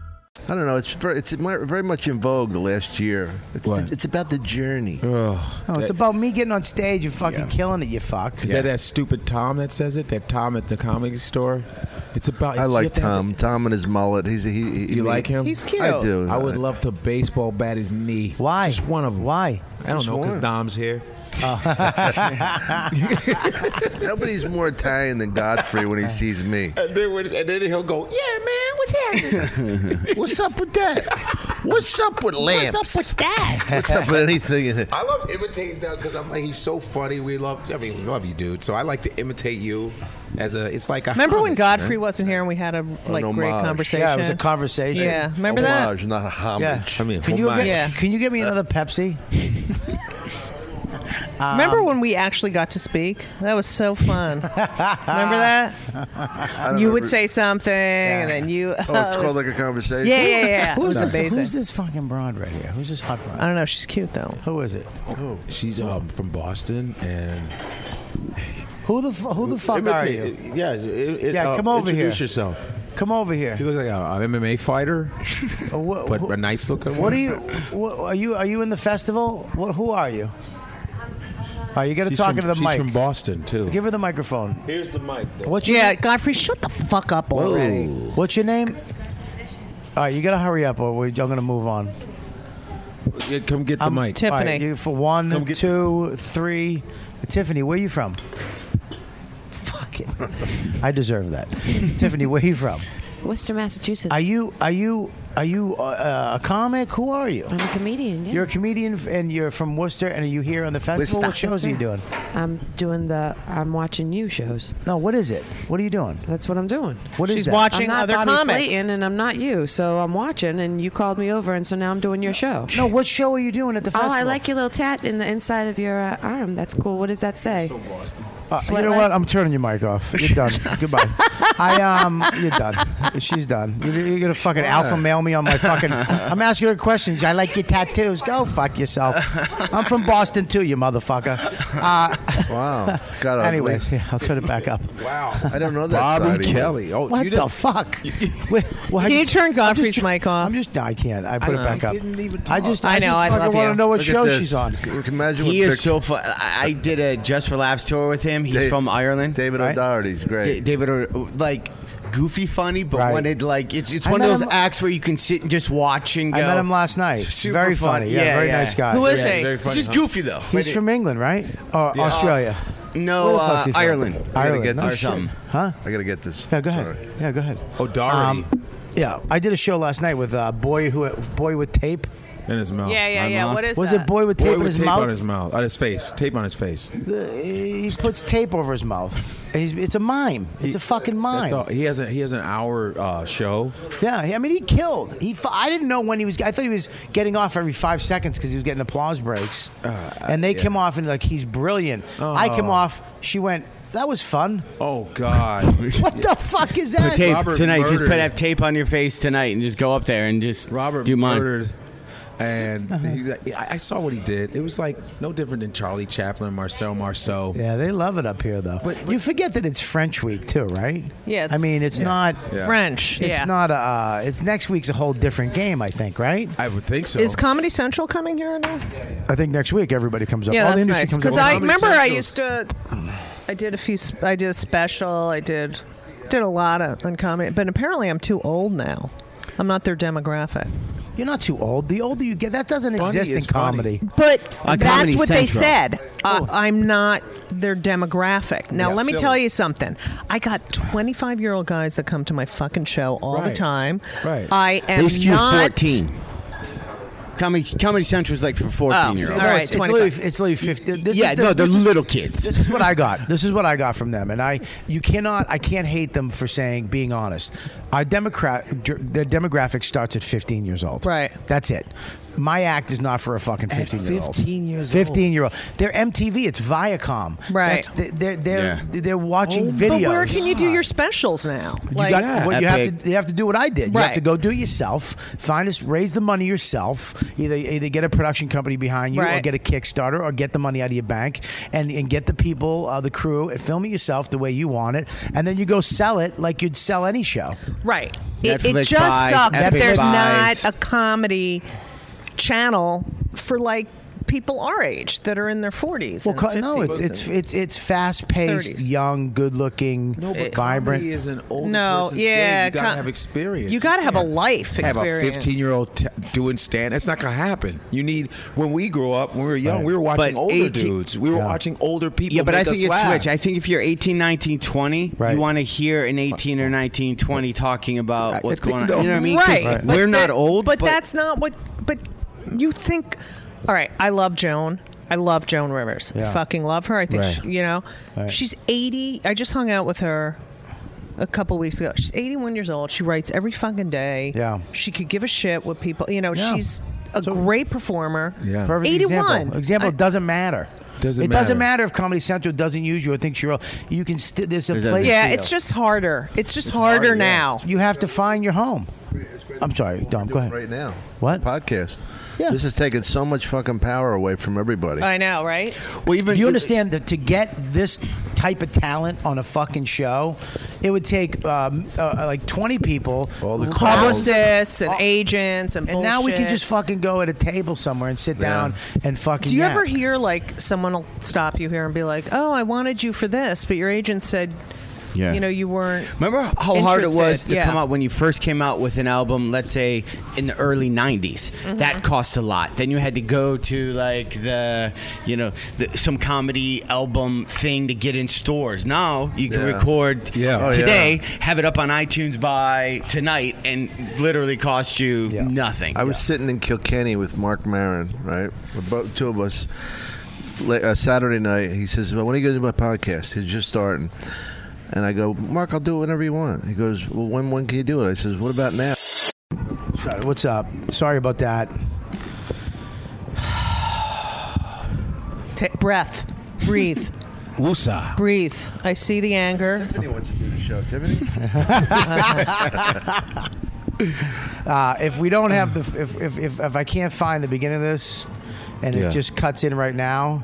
I don't know. It's very, it's mi- very much in vogue the last year. It's the, it's about the journey. Uh-huh. Oh, No, it's about me getting on stage and fucking killing it, you fuck. Is that that stupid Tom that says it? That Tom at the comedy store? It's about. I you like have to have Tom. Tom and his mullet. He's a, he, he. You like him? I do. I would love to baseball bat his knee. Why? Just one of them. Why? I don't Just know because one. Dom's here. Nobody's more Italian than Godfrey when he sees me. And then, when, and then he'll go, yeah, man, what's happening? What's up with that? What's up with lamps? What's up with that? What's up with anything? In it? I love imitating Doug because I'm like he's so funny. We love, I mean, we love you, dude. So I like to imitate you as a. It's like a. Remember when homage, Godfrey man. wasn't here and we had a like An great homage. conversation? Yeah, it was a conversation. Yeah, remember Homage, not a homage. I mean, Uh, that? Can you get, yeah. can you get me another Pepsi? remember when we actually got to speak? That was so fun. remember that? I You don't would remember- say something, and then you. Oh, it it's called was- like a (laughs) conversation. Yeah, yeah, yeah. Who's it was this? amazing. Who's this fucking broad right here? Who's this hot broad? I don't know. She's cute though. Who is it? Who? She's um, from Boston and. Who the f- who the fuck are Imitate- you? Yeah, it- it- Yeah, uh, come over introduce here. yourself. Come over here. You look like a, a MMA fighter, (laughs) Uh, wha- but who- a nice looking. What one. are you? What, are you? Are you in the festival? What? Who are you? Are you gonna She's talk from- into the she's mic? from Boston too. Give her the microphone. Here's the mic. What's your Yeah, Godfrey, shut the fuck up already. What's your name? All right, you gotta hurry up, or we, I'm gonna move on. Yeah, come get the I'm- mic. all right, you, for one, Come get- two, three. Tiffany, where you from? Fucking. I deserve that. Tiffany, where you from? Worcester, Massachusetts. Are you? Are you? Are you uh, a comic? Who are you? I'm a comedian. Yeah. You're a comedian, f- and you're from Worcester, and are you here on the festival? What Worcester. shows are you doing? I'm doing the I'm watching you shows. No, what is it? What are you doing? That's what I'm doing. What is She's that? watching I'm not other Bobby comics. Slayton and I'm not you, so I'm watching. And you called me over, and so now I'm doing your show. No, what show are you doing at the Oh, I festival? like your little tat in the inside of your uh, arm. That's cool. What does that say? Uh, you know what? Sweatless? I'm turning your mic off. You're done. Goodbye. I um, you're done. She's done. You're, you're gonna fucking alpha male me on my fucking. I'm asking her questions. I like your tattoos. Go fuck yourself. I'm from Boston too, you motherfucker. Uh, wow. Got ugly. Anyways, yeah, I'll turn it back up. Wow. I don't know that. side Bobby of you. Kelly. Oh, what you the didn't- fuck? Wait, well, I Can you just- turn I'm just Godfrey's tr- mic off? I'm just. No, I can't. I put I it back know. up. He didn't even I talk. just. I I, know, Just I fucking love want you. to know what Look at show this. she's on. You can imagine He what is picture- so fun. I I did a Just for Laughs tour with him. He's Da- from Ireland. David right? O'Doherty's Da- great. David, O- like goofy, funny, but Right. wanted like it's, it's I one of met those him- acts where you can sit and just watch and go. I met him last night. Super very funny. funny. Yeah, Yeah, very yeah. nice guy. Who is Yeah, he? very funny, He's huh? goofy though. He's Wait, from England, right? Or Yeah. Australia? Where no the fuck's uh, he from? Ireland. I gotta Ireland. get no this. or something. Huh? I gotta get this. Yeah, go ahead. Sorry. Yeah, go ahead. Oh, Um, O'Doherty. yeah, I did a show last night with uh, boy who boy with tape. in his mouth. Yeah, yeah, My yeah. mouth. What is Was that? it boy with Boy tape in with his tape mouth? on his mouth, on his face, tape on his face. The- he puts tape over his mouth. And He's, it's a mime. It's a fucking That's mime. all. He has a he has an hour uh, show. Yeah, I mean, he killed. He. fu- I didn't know when he was. I thought he was getting off every five seconds because he was getting applause breaks. Uh. and they come off and like he's brilliant. I come Oh. off. She went. That was fun. Oh God! (laughs) What the fuck is that? Put tape Robert tonight. murdered. Just put that tape on your face tonight and just go up there and just Robert do mine. murdered, and (laughs) he's like, yeah, I I saw what he did. It was like no different than Charlie Chaplin, Marcel Marceau. Yeah, they love it up here, though. you forget that it's French week too, right? Yeah, it's- I mean, it's not. Yeah. French. It's yeah. not a. Uh, it's next week's a whole different game, I think, right? I would think so. Is Comedy Central coming here or no? I think next week everybody comes up. Yeah, All the that's industry nice. comes up. Because I Comedy remember I Central. used to, I did a few, sp- I did a special, I did, did a lot of on comedy, but apparently I'm too old now. I'm not their demographic. You're not too old. The older you get, that doesn't Funny exist in is comedy. funny. But On that's Comedy what they Central. said. Oh. Uh, I'm not their demographic. Now, Yeah. let me Silly. tell you something. I got 25 year old guys that come to my fucking show all the Right. time. Right. I am They skew not. fourteen. Comedy Comedy Central is like for fourteen year Oh, all olds. No, right, it's, it's literally, 25. it's literally 50. This yeah, is the- no, the this is- little kids. This is what I got. This is what I got from them, and I you cannot I can't hate them for saying being honest. Our democrat their demographic starts at 15 years old. Right. That's it. My act is not for a fucking At 15 year old. 15 years 15 year old. They're MTV. It's Viacom. Right. Oh, That's- they're, they're, they're watching But videos. where can you do your specials now? you, got, what you have Epic. to you have to do what I did. You have Right. to go do it yourself. Find us, raise the money yourself. Either either get a production company behind you, or Right. get a Kickstarter, or get the money out of your bank, and and get the people, uh, the crew, and film it yourself the way you want it, and then you go sell it like you'd sell any show. Right. It, it Netflix just buys, sucks that Epic there's buys. not a comedy channel for like people our age that are in their 40s. Well, and co- no, 50s it's it's and- it's it's fast paced, 30s. young, good looking, vibrant. Comedy is an older No, person's yeah, thing. You gotta com- have experience. you gotta have a life Have a experience. fifteen-year-old t- doing stand. That's not gonna happen. You need when we grow up, when we were young, we were watching But older 18 dudes. We were watching older people. Yeah, but I make think us it's laugh. switch. I think if you're 18, 19, 20, you want to hear an 18 or 19, 20 talking about what's going on. You know what I mean? 'Cause Right. but We're not that- old, but, that's not what. But you think, all right, I love Joan. I love Joan Rivers. Yeah. I fucking love her. I think, Right. she, you know, Right. she's 80. I just hung out with her a couple weeks ago. She's 81 years old. She writes every fucking day. Yeah. She could give a shit what people, you know, Yeah. she's a great performer. Yeah. Perfect 81. example. Example it doesn't matter. Doesn't it doesn't matter if Comedy Central doesn't use you or thinks you're. You can still there's a It doesn't place. Yeah, for you. it's just harder. It's just harder, now. You have to find your home. I'm sorry, Dom. Go ahead. Right now. What? Podcast. Yeah. This is taking so much fucking power away from everybody. I know, right? Well, even you understand that to get this type of talent on a fucking show, it would take um, uh, like 20 people, all the Publicists and agents and and now we can bullshit. just fucking go at a table somewhere and sit down and fucking. Do you yap. ever hear like someone will stop you here and be like, "Oh, I wanted you for this, but your agent said, Yeah. you know, you weren't." Remember how hard it was interested." to Yeah. come out when you first came out with an album, let's say in the early 90s? Mm-hmm. That cost a lot. Then you had to go to like the, you know, the, some comedy album thing to get in stores. Now you can Yeah. record Yeah. Oh, today, yeah. have it up on iTunes by tonight, and literally cost you nothing. I was sitting in Kilkenny with Mark Marin, right? We're both two of us. La- uh, Saturday night, he says, "Well, when are you going to do my podcast?" He's just starting, and I go, "Mark, I'll do it whenever you want." He goes, "Well, when when can you do it?" I says, "What about now?" Sorry, What's up? Sorry about that. Ta- breath, breathe, Wusa. breathe. I see the anger. Tiffany wants to do the show. Tiffany. Uh, if we don't have the if, if if if I can't find the beginning of this, and Yeah. it just cuts in right now,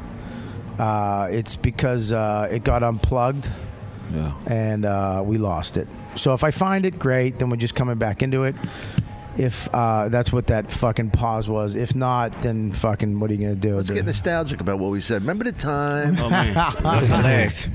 uh, it's because uh, it got unplugged, and uh, we lost it. So if I find it, great. Then we're just coming back into it. If uh, that's what that fucking pause was. If not, then fucking what are you gonna do? Let's get nostalgic about what we said. Remember the time? Oh (laughs) man, that was hilarious.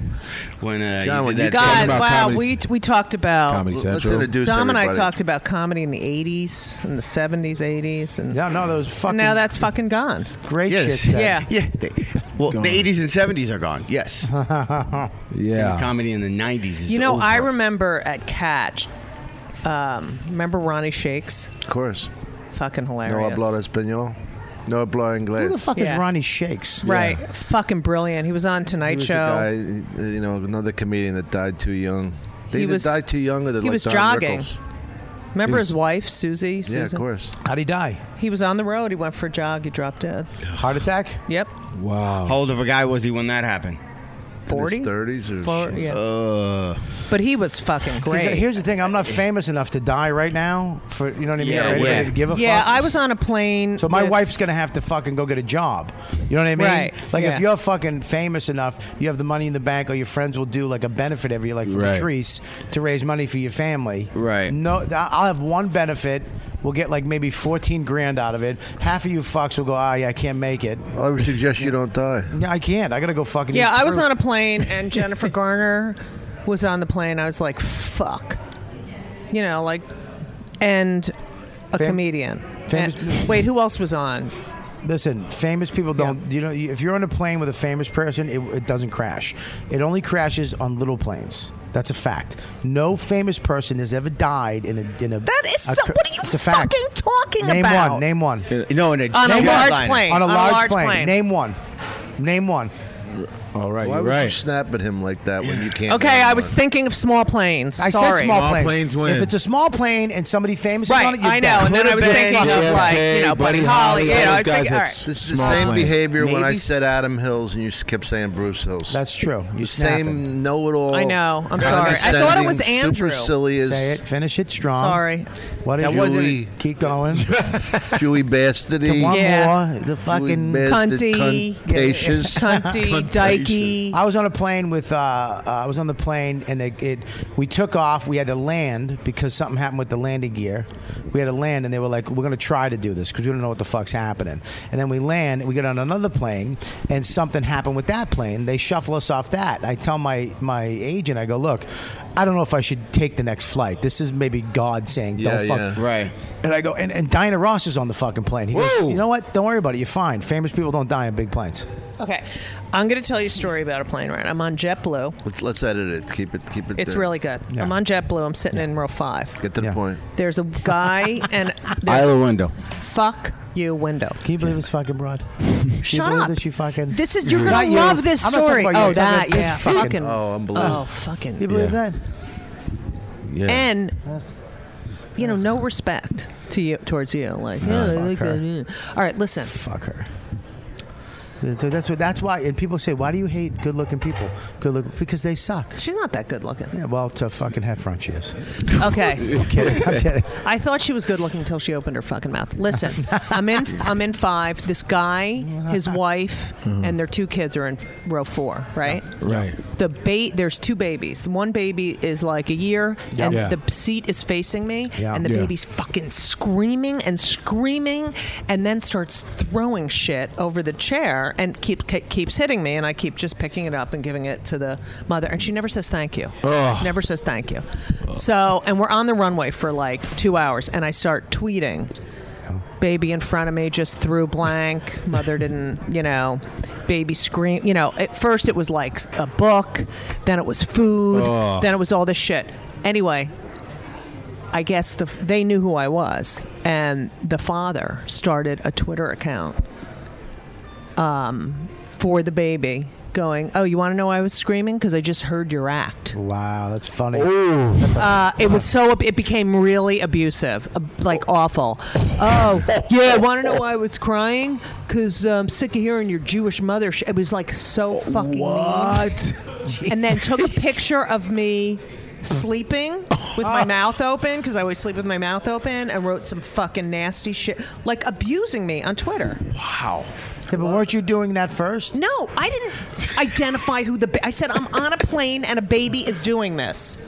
When uh, John, you when did you that God, thing. wow, we we talked about Comedy Let's Central. introduce Dom and I everybody. talked about comedy in the '80s and the '70s, '80s, and yeah, no, those fucking now that's fucking gone. great Yes. shit. Yeah. yeah. They, well, the '80s and '70s are gone. (laughs) Yes. yeah. And comedy in the '90s. Is You know, over. I remember at Catch. Um, remember Ronnie Shakes? Of course. Fucking hilarious. No hablar español. No hablar inglés. Who the fuck is Yeah. Ronnie Shakes? Right. Fucking brilliant. He was on Tonight he was Show. a guy, uh, you know, another comedian that died too young. They He either was- died too young or they're he like was Don jogging. Rickles. Remember He was- his wife, Susie? Yeah, of Susan? course. How'd he die? He was on the road. He went for a jog. He dropped dead. Heart attack. Yep. Wow. How old of a guy was he when that happened? 40? thirties or Four- yeah. Uh, But he was fucking great. Here's- Here's the thing: I'm not famous enough to die right now. For you know what I mean? eh. Yeah, for anybody yeah. to give a yeah, fuck. I was on a plane. So my with- wife's gonna have to fucking go get a job. You know what I mean? Right, Like yeah. if you're fucking famous enough, you have the money in the bank, or your friends will do like a benefit every year, like for Right. Patrice to raise money for your family. Right. No, th- I'll have one benefit. We'll get like maybe fourteen grand out of it. Half of you fucks will go, ah, yeah, I can't make it. I would suggest you (laughs) don't die. Yeah, I can't. I gotta go fucking. Yeah, eat I was fruit. on a plane, and Jennifer Garner was on the plane. I was like, fuck. You know, like, and a comedian. famous- And- wait, who else was on? Listen, famous people don't. You know, you- if you're on a plane with a famous person, it, it doesn't crash. It only crashes on little planes. That's a fact. No famous person has ever died in a in a. That is so- what are you fucking talking name about? one. Name one. no, in a On a Name large one. plane. On a large plane. plane. Name one. Name one. All right, Why you're would you right. snap at him like that when you can't? Okay, I was thinking of small planes. I Sorry. said small, plane. If it's a small plane and somebody famous is Right, on it, you're I know, done. and then I was Buddha (laughs) thinking Bay, of, Buddha like, you know, Bay, Buddy Buddy Holly, Holly, you know, I was those guys thinking, that's all right. This is the small same plane. behavior when I Maybe- said Adam Hills and you s- kept saying Bruce Hills. That's true. You the same know-it-all. I know. I'm sorry. I thought it was condescending, Andrew. Super silly as Say it. Finish it strong. Sorry. What is That wasn't- Julie? Keep (laughs) going. (laughs) Jewy bastardy. The one more. The fucking Cunty. Cuntacious. I was on a plane with. Uh, uh, I was on the plane and it, it. We took off. We had to land because something happened with the landing gear. We had to land and they were like, "We're gonna try to do this because we don't know what the fuck's happening." And then we land. and We get on another plane and something happened with that plane. They shuffle us off that. I tell my my agent, I go, "Look, I don't know if I should take the next flight. This is maybe God saying, don't Yeah, fuck yeah. Right. and I go, and, and Diana Ross is on the fucking plane. He Whoa. goes, you know what? Don't worry about it. You're fine. Famous people don't die in big planes. Okay, I'm going to tell you a story about a plane ride. I'm on JetBlue. Let's, let's edit it. Keep it. Keep it. It's there. really good. I'm on JetBlue. I'm sitting in row five. Get to the point. There's a (laughs) guy and Isla window. fuck you window. Can you believe it's fucking broad? Shut believe up. that she fucking- This is you're Mhm. gonna Not you. love this I'm not talking story. about you. Oh, I'm talking that about is this fucking- fucking. Oh, unbelievable. Oh, fucking. You believe Yeah. that? Yeah. And you know, no respect to you towards you. Like, No, yeah, fuck like, her. yeah. all right, listen. Fuck her. So that's what. That's why. And people say, why do you hate good-looking people? Good look because they suck. She's not that good-looking. (laughs) Yeah. Well, to fucking Heffron, she is. Okay. I'm (laughs) kidding. I'm kidding. I thought she was good looking until she opened her fucking mouth. Listen, I'm in I'm in five. This guy, his wife, Mhm. and their two kids are in row four, right? Right. The ba- there's two babies. One baby is like a year, Yeah. and Yeah. the seat is facing me, Yeah. and the Yeah. baby's fucking screaming and screaming, and then starts throwing shit over the chair and keep, ke- keeps hitting me, and I keep just picking it up and giving it to the mother, and she never says thank you. Ugh. Never says thank you. So, and we're on the runway for like two hours, and I start tweeting. Baby in front of me just threw blank. Mother didn't, you know. Baby scream. You know, at first it was like a book, then it was food, Ugh. then it was all this shit. Anyway, I guess the, they knew who I was, and the father started a Twitter account um, for the baby, going, "Oh, you want to know why I was screaming? Because I just heard your act." Wow, that's funny. Oh, Uh, it was so. It became really abusive, uh, like awful. (laughs) Oh, yeah. I want to know why I was crying? Because I'm sick of hearing your Jewish mother. Sh- it was like so fucking what? mean. and then took (laughs) a picture of me sleeping with my mouth open because I always sleep with my mouth open, and wrote some fucking nasty shit, like abusing me on Twitter. Wow. Yeah, but weren't you doing that first? No, I didn't identify who the. Ba- I said I'm on a plane and a baby is doing this.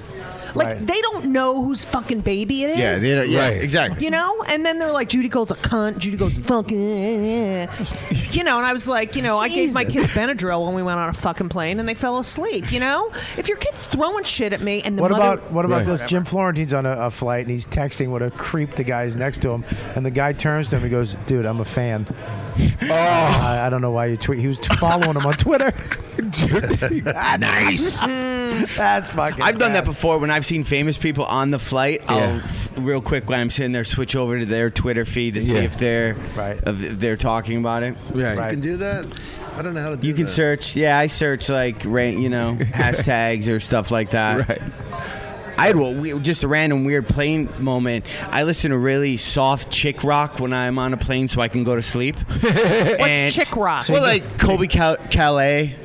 Like Right. they don't know whose fucking baby it is. Yeah, they don't- yeah, Right. exactly. You know, and then they're like, Judy Gold's a cunt. Judy Gold's fucking. You know, and I was like, you know, I gave my kids Benadryl when we went on a fucking plane, and they fell asleep. You know, if your kid's throwing shit at me and the What mother- about what about this? Jim Florentine's on a, a flight and he's texting with a creep. The guy's next to him, and the guy turns to him. He goes, "Dude, I'm a (laughs) fan. Oh, I, I don't know why you tweet. He was following him on (laughs) Twitter. (laughs) Nice. That's fucking. I've done that before when I've seen famous people on the flight. I'll f- real quick when I'm sitting there switch over to their Twitter feed to see Yeah. if they're if if they're talking about it. Yeah. You can do that. I don't know how to do You can that. search. Yeah, I search like ran- you (laughs) know hashtags or stuff like that. Right. I had what we, just a random weird plane moment. I listen to really soft chick rock when I'm on a plane so I can go to sleep. (laughs) What's chick rock? Well, like Kobe Cal- Calais.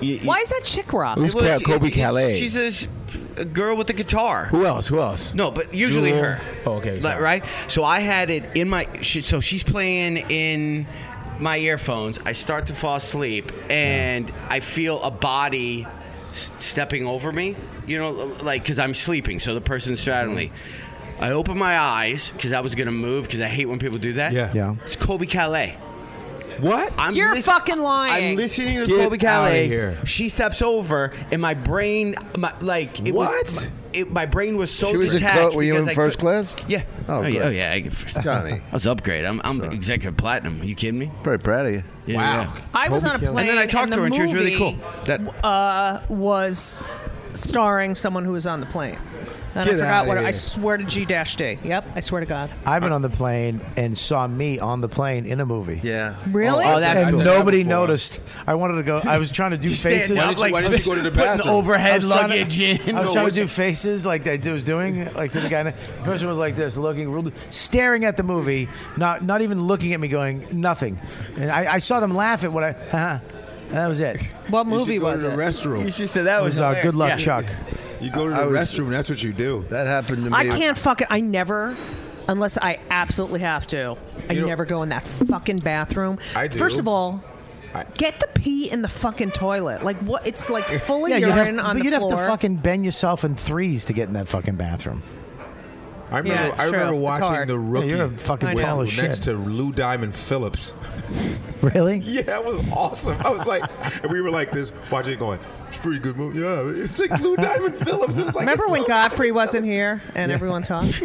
Y- y- Why is that chick rock? Well, it's- it- it's- She's a, a girl with a guitar. Who else? Who else? No, but usually Jewel. her. Oh, okay. Li- sorry. right? So I had it in my. She, so she's playing in my earphones. I start to fall asleep, and I feel a body s- stepping over me. You know, like because I'm sleeping, so the person's straddling me. Mm-hmm. I open my eyes because I was gonna move because I hate when people do that. Yeah. Yeah. It's Kobe Calais. What? I'm You're lis- fucking lying. I'm listening to Get Kobe Calais. outta here. She steps over, and my brain, my, like it Was, What? my, it, my brain was so She was in detached. co- were you because in I first could- class? Yeah. Oh, yeah. good. Oh yeah. I get first. Johnny. (laughs) I was upgrade. I'm, I'm executive platinum. Are you kidding me? Very proud of you. Yeah, Wow. yeah. I was on a plane, And then I talked the to her, and she was really movie, cool. That uh, was starring someone who was on the plane. And Get I forgot outta what I here. Oh, swear to G dash D. Yep, I swear to God. I've been on the plane and saw me on the plane in a movie. Yeah. Really? Oh, Oh, that's and cool. nobody Before. noticed. I wanted to go. I was trying to do (laughs) You stand faces. up Why didn't you- like why didn't you go to the putting bathroom? overhead I was trying to- luggage (laughs) in. I was No, trying what to do you- faces like that dude was doing. Like to the guy. The person was like this, looking, real- staring at the movie, not not even looking at me, going nothing. And I, I saw them laugh at what I. Uh-huh. And that was it. What You should movie go to was the it? restroom. You should say that It was uh, hilarious. good luck, Yeah. Chuck. You go to the I was- restroom. That's what you do. That happened to me. I can't fuck it. I never, unless I absolutely have to, I never go in that fucking bathroom. I do. First of all, get the pee in the fucking toilet. Like what? It's like fully you'd urine have, on but the you'd floor. have to fucking bend yourself in threes to get in that fucking bathroom. I remember, Yeah, it's I remember true. It's watching hard. The Yeah, Rookie. you're a fucking I know. tall as shit. Next to Lou Diamond Phillips. Really? (laughs) Yeah, that was awesome. I was like, and we were like this, watching it going, it's a pretty good movie. Yeah, it's like Lou (laughs) Diamond Phillips. It was like, (laughs) Remember when Godfrey wasn't here and everyone talked?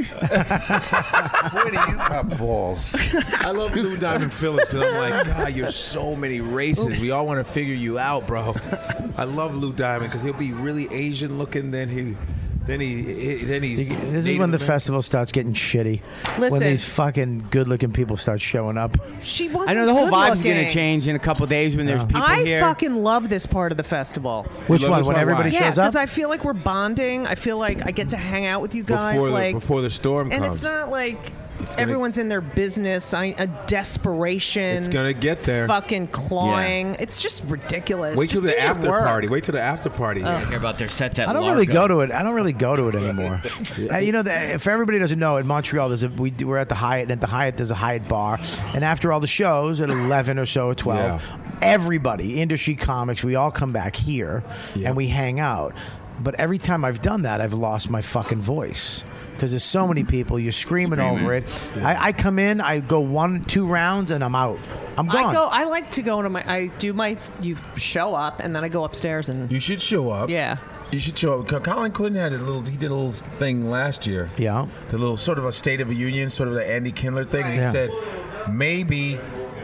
balls. I love Lou Diamond Phillips. 'cause I'm like, God, you're so many races. We all want to figure you out, bro. I love Lou Diamond because he'll be really Asian looking. Then he, then he, he- then he's. This is Native when the American. festival starts getting shitty. Listen. when these fucking good-looking people start showing up. She wasn't. I know the whole good vibe's going looking. to change in a couple days when there's people I here. fucking love this part of the festival. Which You love one? this When part? everybody yeah, shows up? because I feel like we're bonding. I feel like I get to hang out with you guys. Before the- like before the storm and comes. it's not like It's gonna- everyone's in their business. I, a desperation. It's gonna get there. Fucking clawing. It's just ridiculous. Wait till Just the do your after work. party. Wait till the after party. Ugh. I hear about their sets I don't really go to it. I don't really go to it anymore. Uh, you know, the, if everybody doesn't know, in Montreal, there's a we do, we're at the Hyatt, and at the Hyatt there's a Hyatt bar, and after all the shows at eleven or so, or twelve, everybody, industry comics, we all come back here and we hang out. But every time I've done that, I've lost my fucking voice. Because there's so many people, you're screaming, over it. I, I come in, I go one, two rounds, and I'm out. I'm gone. I go. I like to go to my. I do my. You show up and then I go upstairs and. You should show up. Yeah. You should show up. Co- Colin Quinn had a little. He did a little thing last year. Yeah. The little sort of a State of the Union, sort of the Andy Kindler thing. And he Right. said, maybe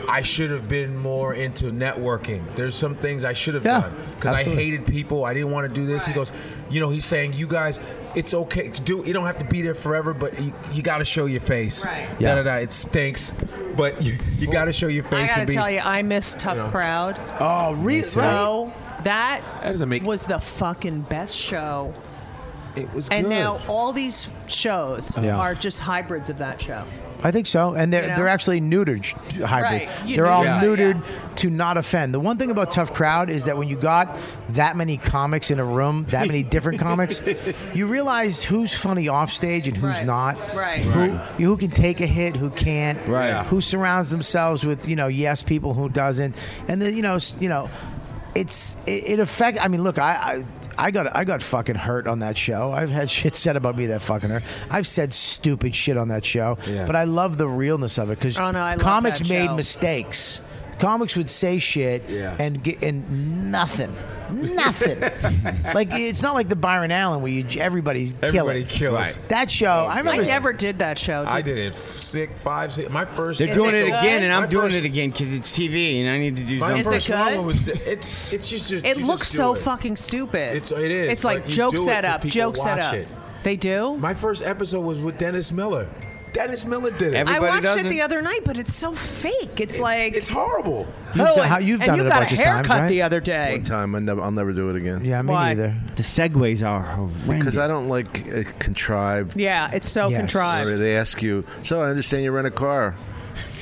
I should have been more into networking. There's some things I should have Yeah, done because I absolutely. hated people. I didn't want to do this. He goes, you know, he's saying you guys. It's okay to do. You don't have to be there forever, but you, you got to show your face. Right. Yeah. Da, da, da. It stinks, but you, you got to show your face. I gotta and be, tell you, I miss Tough you know. Crowd. Oh, really? So that That doesn't make- was the fucking best show. It was. And good. now all these shows Yeah. are just hybrids of that show. I think so, and they're You know? they're actually neutered sh- hybrid. Right. You They're all neutered, neutered to not offend. The one thing about tough crowd is that when you got that many comics in a room, that many (laughs) different comics, you realize who's funny off stage and who's Right. not. Right. Who Right. who can take a hit, who can't. Right. Yeah. Who surrounds themselves with you know yes people, who doesn't, and then you know s- you know, it's it, it affect. I mean, look, I. I I got I got fucking hurt on that show. I've had (laughs) shit said about me that fucking hurt. I've said stupid shit on that show, Yeah. but I love the realness of it because Oh, no, I love comics that made show. mistakes. Comics would say shit Yeah. and get and nothing. Nothing. like it's not like the Byron Allen where you everybody's Everybody killing. kills. Right. That show, I remember I never did that show. I did it. Six, five, six. My first. They're doing it again, and My I'm doing first- it again because it's TV, and I need to do My something. first one was it's it's just, just It you looks just do so it. fucking stupid. It's it is. It's like but you joke do it 'cause setup, people joke watch setup. It. They do. My first episode was with Dennis Miller. Dennis Miller did it. I watched it the other night, but it's so fake. It's like It's horrible. You've oh, done- and- how- you've and done you it a got bunch of haircut times, right? the other day. One time, I never, I'll never do it again. Yeah, me Why? neither. The segues are horrendous. Because I don't like uh, contrived. Yeah, it's so contrived. Where they ask you, so I understand you rent a car.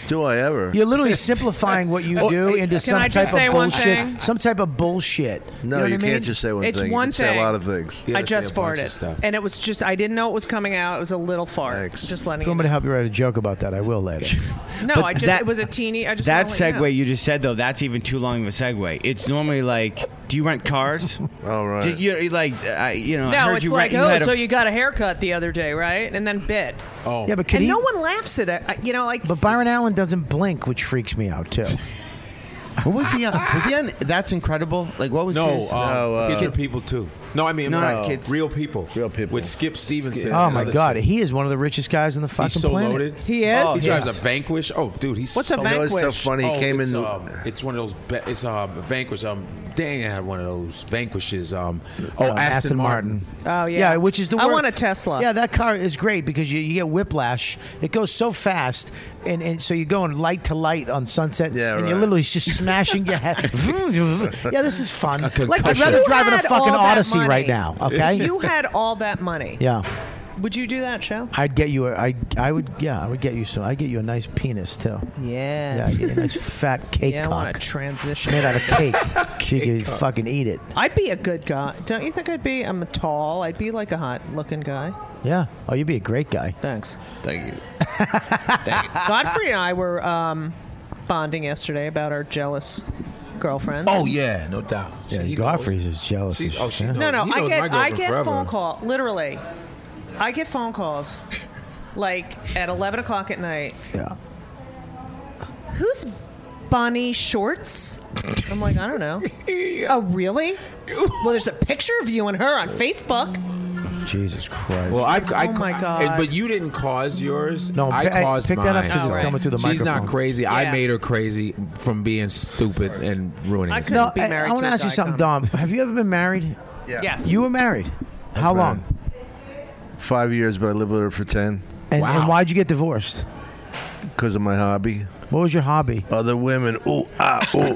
Do I ever? You're literally simplifying what you (laughs) Oh, do hey, into can some I type just say of one bullshit. thing? Some type of bullshit. No, you, know what you I mean? can't just say one it's thing. one you can thing. Say a lot of things. I just farted, and it was just I didn't know it was coming out. It was a little fart. Just letting. If I'm You going to help you write a joke about that, I will later. No, But I just that- it was a teeny. I just that wanna let segue you just said though, that's even too long of a segue. It's normally like, do you rent (laughs) cars? All right. You're you're like, uh, I, you know, You know. I No, heard it's you like rent. oh, had a- (laughs) so you got a haircut the other day, right? And then bit. Oh, Yeah, but could and he- no one laughs at it. I- You know, like But Byron Allen doesn't blink, which freaks me (laughs) out too. uh, what was he on? Was he on? That's incredible. Like, what was No, his? uh, um, Kids Are People Too. No, I mean, No, I'm no, sorry, kids. real people. Real people. With Skip Stevenson. Oh and my other God, shit. he is one of the richest guys on the fucking He's so planet. loaded. Oh, he drives a Vanquish. Oh, dude, he's What's a so Vanquish? It's funny, he came it's, in the- Um, it's one of those. Be- it's um, Vanquish. Um, dang, I had one of those Vanquishes. Um, oh, Uh, Aston, Martin. Oh yeah. yeah, which is the I wor- want a Tesla. Yeah, that car is great because you, you get whiplash. It goes so fast, and, and so you're going light to light on Sunset, yeah, and you're right. literally just smashing your head. (laughs) yeah, this is fun. Like I'd if rather you drive in a had fucking all that Odyssey money- right now. Okay, If you had all that money. yeah. Would you do that show? I'd get you. A, I I would. Yeah, I would get you some. I'd get you a nice penis too. Yeah, Yeah. I'd get you a (laughs) nice fat cake yeah, I cock want a transition. made out (laughs) of cake. so you Cake could cock. fucking eat it. I'd be a good guy. Don't you think I'd be? I'm tall. I'd be like a hot-looking guy. Yeah. Oh, you'd be a great guy. Thanks. (laughs) Thank you. Godfrey and I were um, bonding yesterday about our jealous girlfriends. Oh yeah, no doubt. Yeah, She Godfrey's is jealous. She- as oh, shit. she knows. No, no, He I knows my get I girlfriend get forever. phone call literally. I get phone calls like at eleven o'clock at night. Yeah. Who's Bonnie Shorts? I'm like, I don't know. Oh, really? Well, there's a picture of you and her on Facebook. Jesus Christ. Well, I've, I, Oh, my ca- God. But you didn't cause yours. No, I pick- hey, caused pick that up mine. 'cause it's Alright. coming through the She's microphone. not crazy. Yeah. I made her crazy from being stupid and ruining. it. No, I, I want to ask you something, Dom. Have you ever been married? Yeah. Yes. You were married. How long? Five years, but I lived with her for ten. And, and why'd you get divorced? Because of my hobby. What was your hobby? Other women. Ooh, ah, ooh.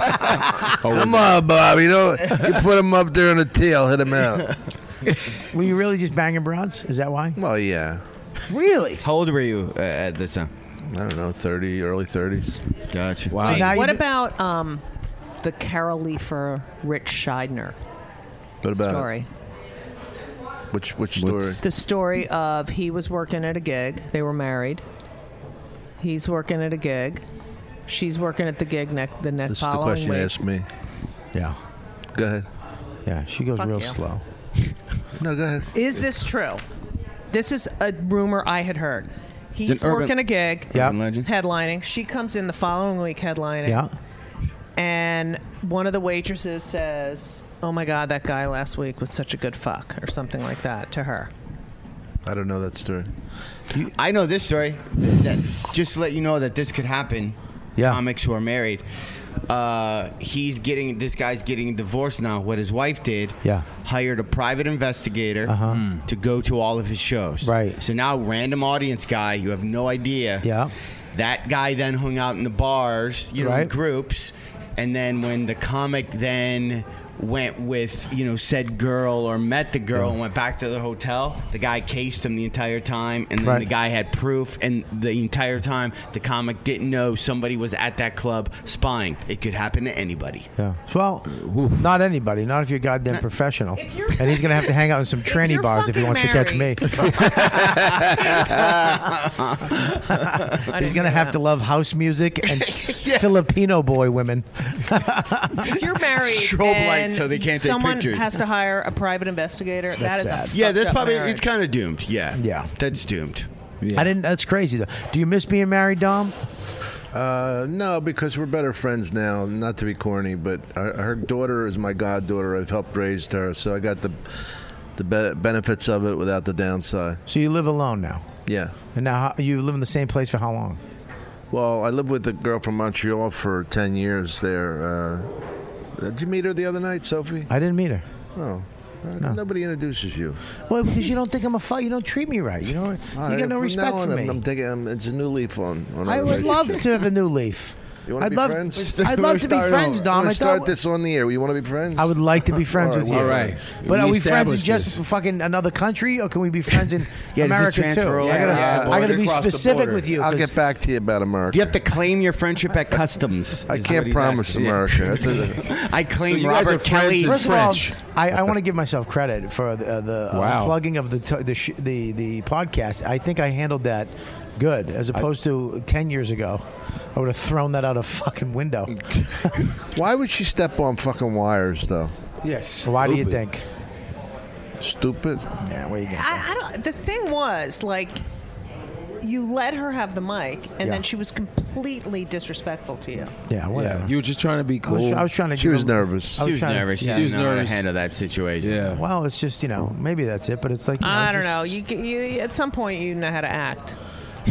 Come on, Bob. You know, you put them up there on the tail, hit them out. Were you really just banging broads? Is that why? (laughs) Well, yeah. Really? How old were you uh, at this time? I don't know, 30, early 30s. Gotcha. Wait, what about um, the Carol Leifer, Rich Scheidner What about it? story? Which which story? The story of he was working at a gig. They were married. He's working at a gig. She's working at the gig next the next This is the following question you week. asked me. Yeah. Go ahead. Yeah, she goes Fuck real you. slow. no, go ahead. Is this true? This is a rumor I had heard. He's an urban- working a gig, Yeah. urban legend. headlining. She comes in the following week headlining. Yeah. And one of the waitresses says, "Oh my god, that guy last week was such a good fuck," or something like that to her. I don't know that story. I know this story. That, just to let you know that this could happen. Yeah. Comics who are married. Uh, he's getting this guy's getting divorced now. What his wife did. Yeah. Hired a private investigator Hmm. Uh-huh. to go to all of his shows. Right. So now random audience guy, you have no idea. Yeah. That guy then hung out in the bars, you know, in Right. groups, and then when the comic then went with you know said girl or met the girl and went back to the hotel the guy cased him the entire time and then Right. the guy had proof and the entire time the comic didn't know somebody was at that club spying it could happen to anybody Yeah. Well, not anybody. Not if you're goddamn professional. and he's gonna have to hang out in some tranny bars (laughs) if he wants to catch me. he's gonna have to love house music (laughs) and Filipino boy women. (laughs) If you're married, Strobe lights and so they can't take someone pictures. has to hire a private investigator. That's that is a yeah fucked that's up probably marriage. it's kind of doomed yeah yeah that's doomed yeah. I didn't. That's crazy though. Do you miss being married, Dom? Uh, no, because we're better friends now. Not to be corny, but her, her daughter is my goddaughter. I've helped raise her, so I got the the be- benefits of it without the downside. So you live alone now, Yeah. and now how- you live in the same place for how long? Well, I lived with a girl from Montreal for ten years. There. Uh, did you meet her the other night, Sophie? I didn't meet her. Oh. Uh, Nobody introduces you. Well, because you don't think I'm a fuck. You don't treat me right. You know, you All right, get no from respect now on, for I'm- me. I'm thinking um, it's a new leaf on. on I our would love relationship. to have a new leaf. You want to I'd be love, friends? (laughs) I'd love to be friends, Dom. We're I gonna start thought- this on the air. You want to be friends? I would like to be friends All with you. right, all right. But We are we friends in established just fucking another country, or can we be friends (laughs) in America too? I gotta, I gotta be specific with you. I'll 'cause- get back to you about America. do you have to claim your friendship at (laughs) customs I Is can't what he's promise (laughs) asking. America. That's a- I claim So you guys are robert friends kelly in First of all, I, I want to give myself credit for the, uh, the uh, Wow. plugging of the, t- the, sh- the the podcast. I think I handled that good, as opposed to ten years ago. I would have thrown that out a fucking window. Why would she step on fucking wires though? Yes. Why do you stupid. think? Stupid. Yeah. What you I, I don't. The thing was like. you let her have the mic, and Yeah. then she was completely disrespectful to you. Yeah, whatever. You were just trying to be I was- cool. I was trying to She give was him- nervous. I was She was trying to- nervous. She yeah. didn't know how to handle that situation. Yeah. Well, it's just you know maybe that's it, but it's like you I don't just- know. You, c- you at some point you know how to act.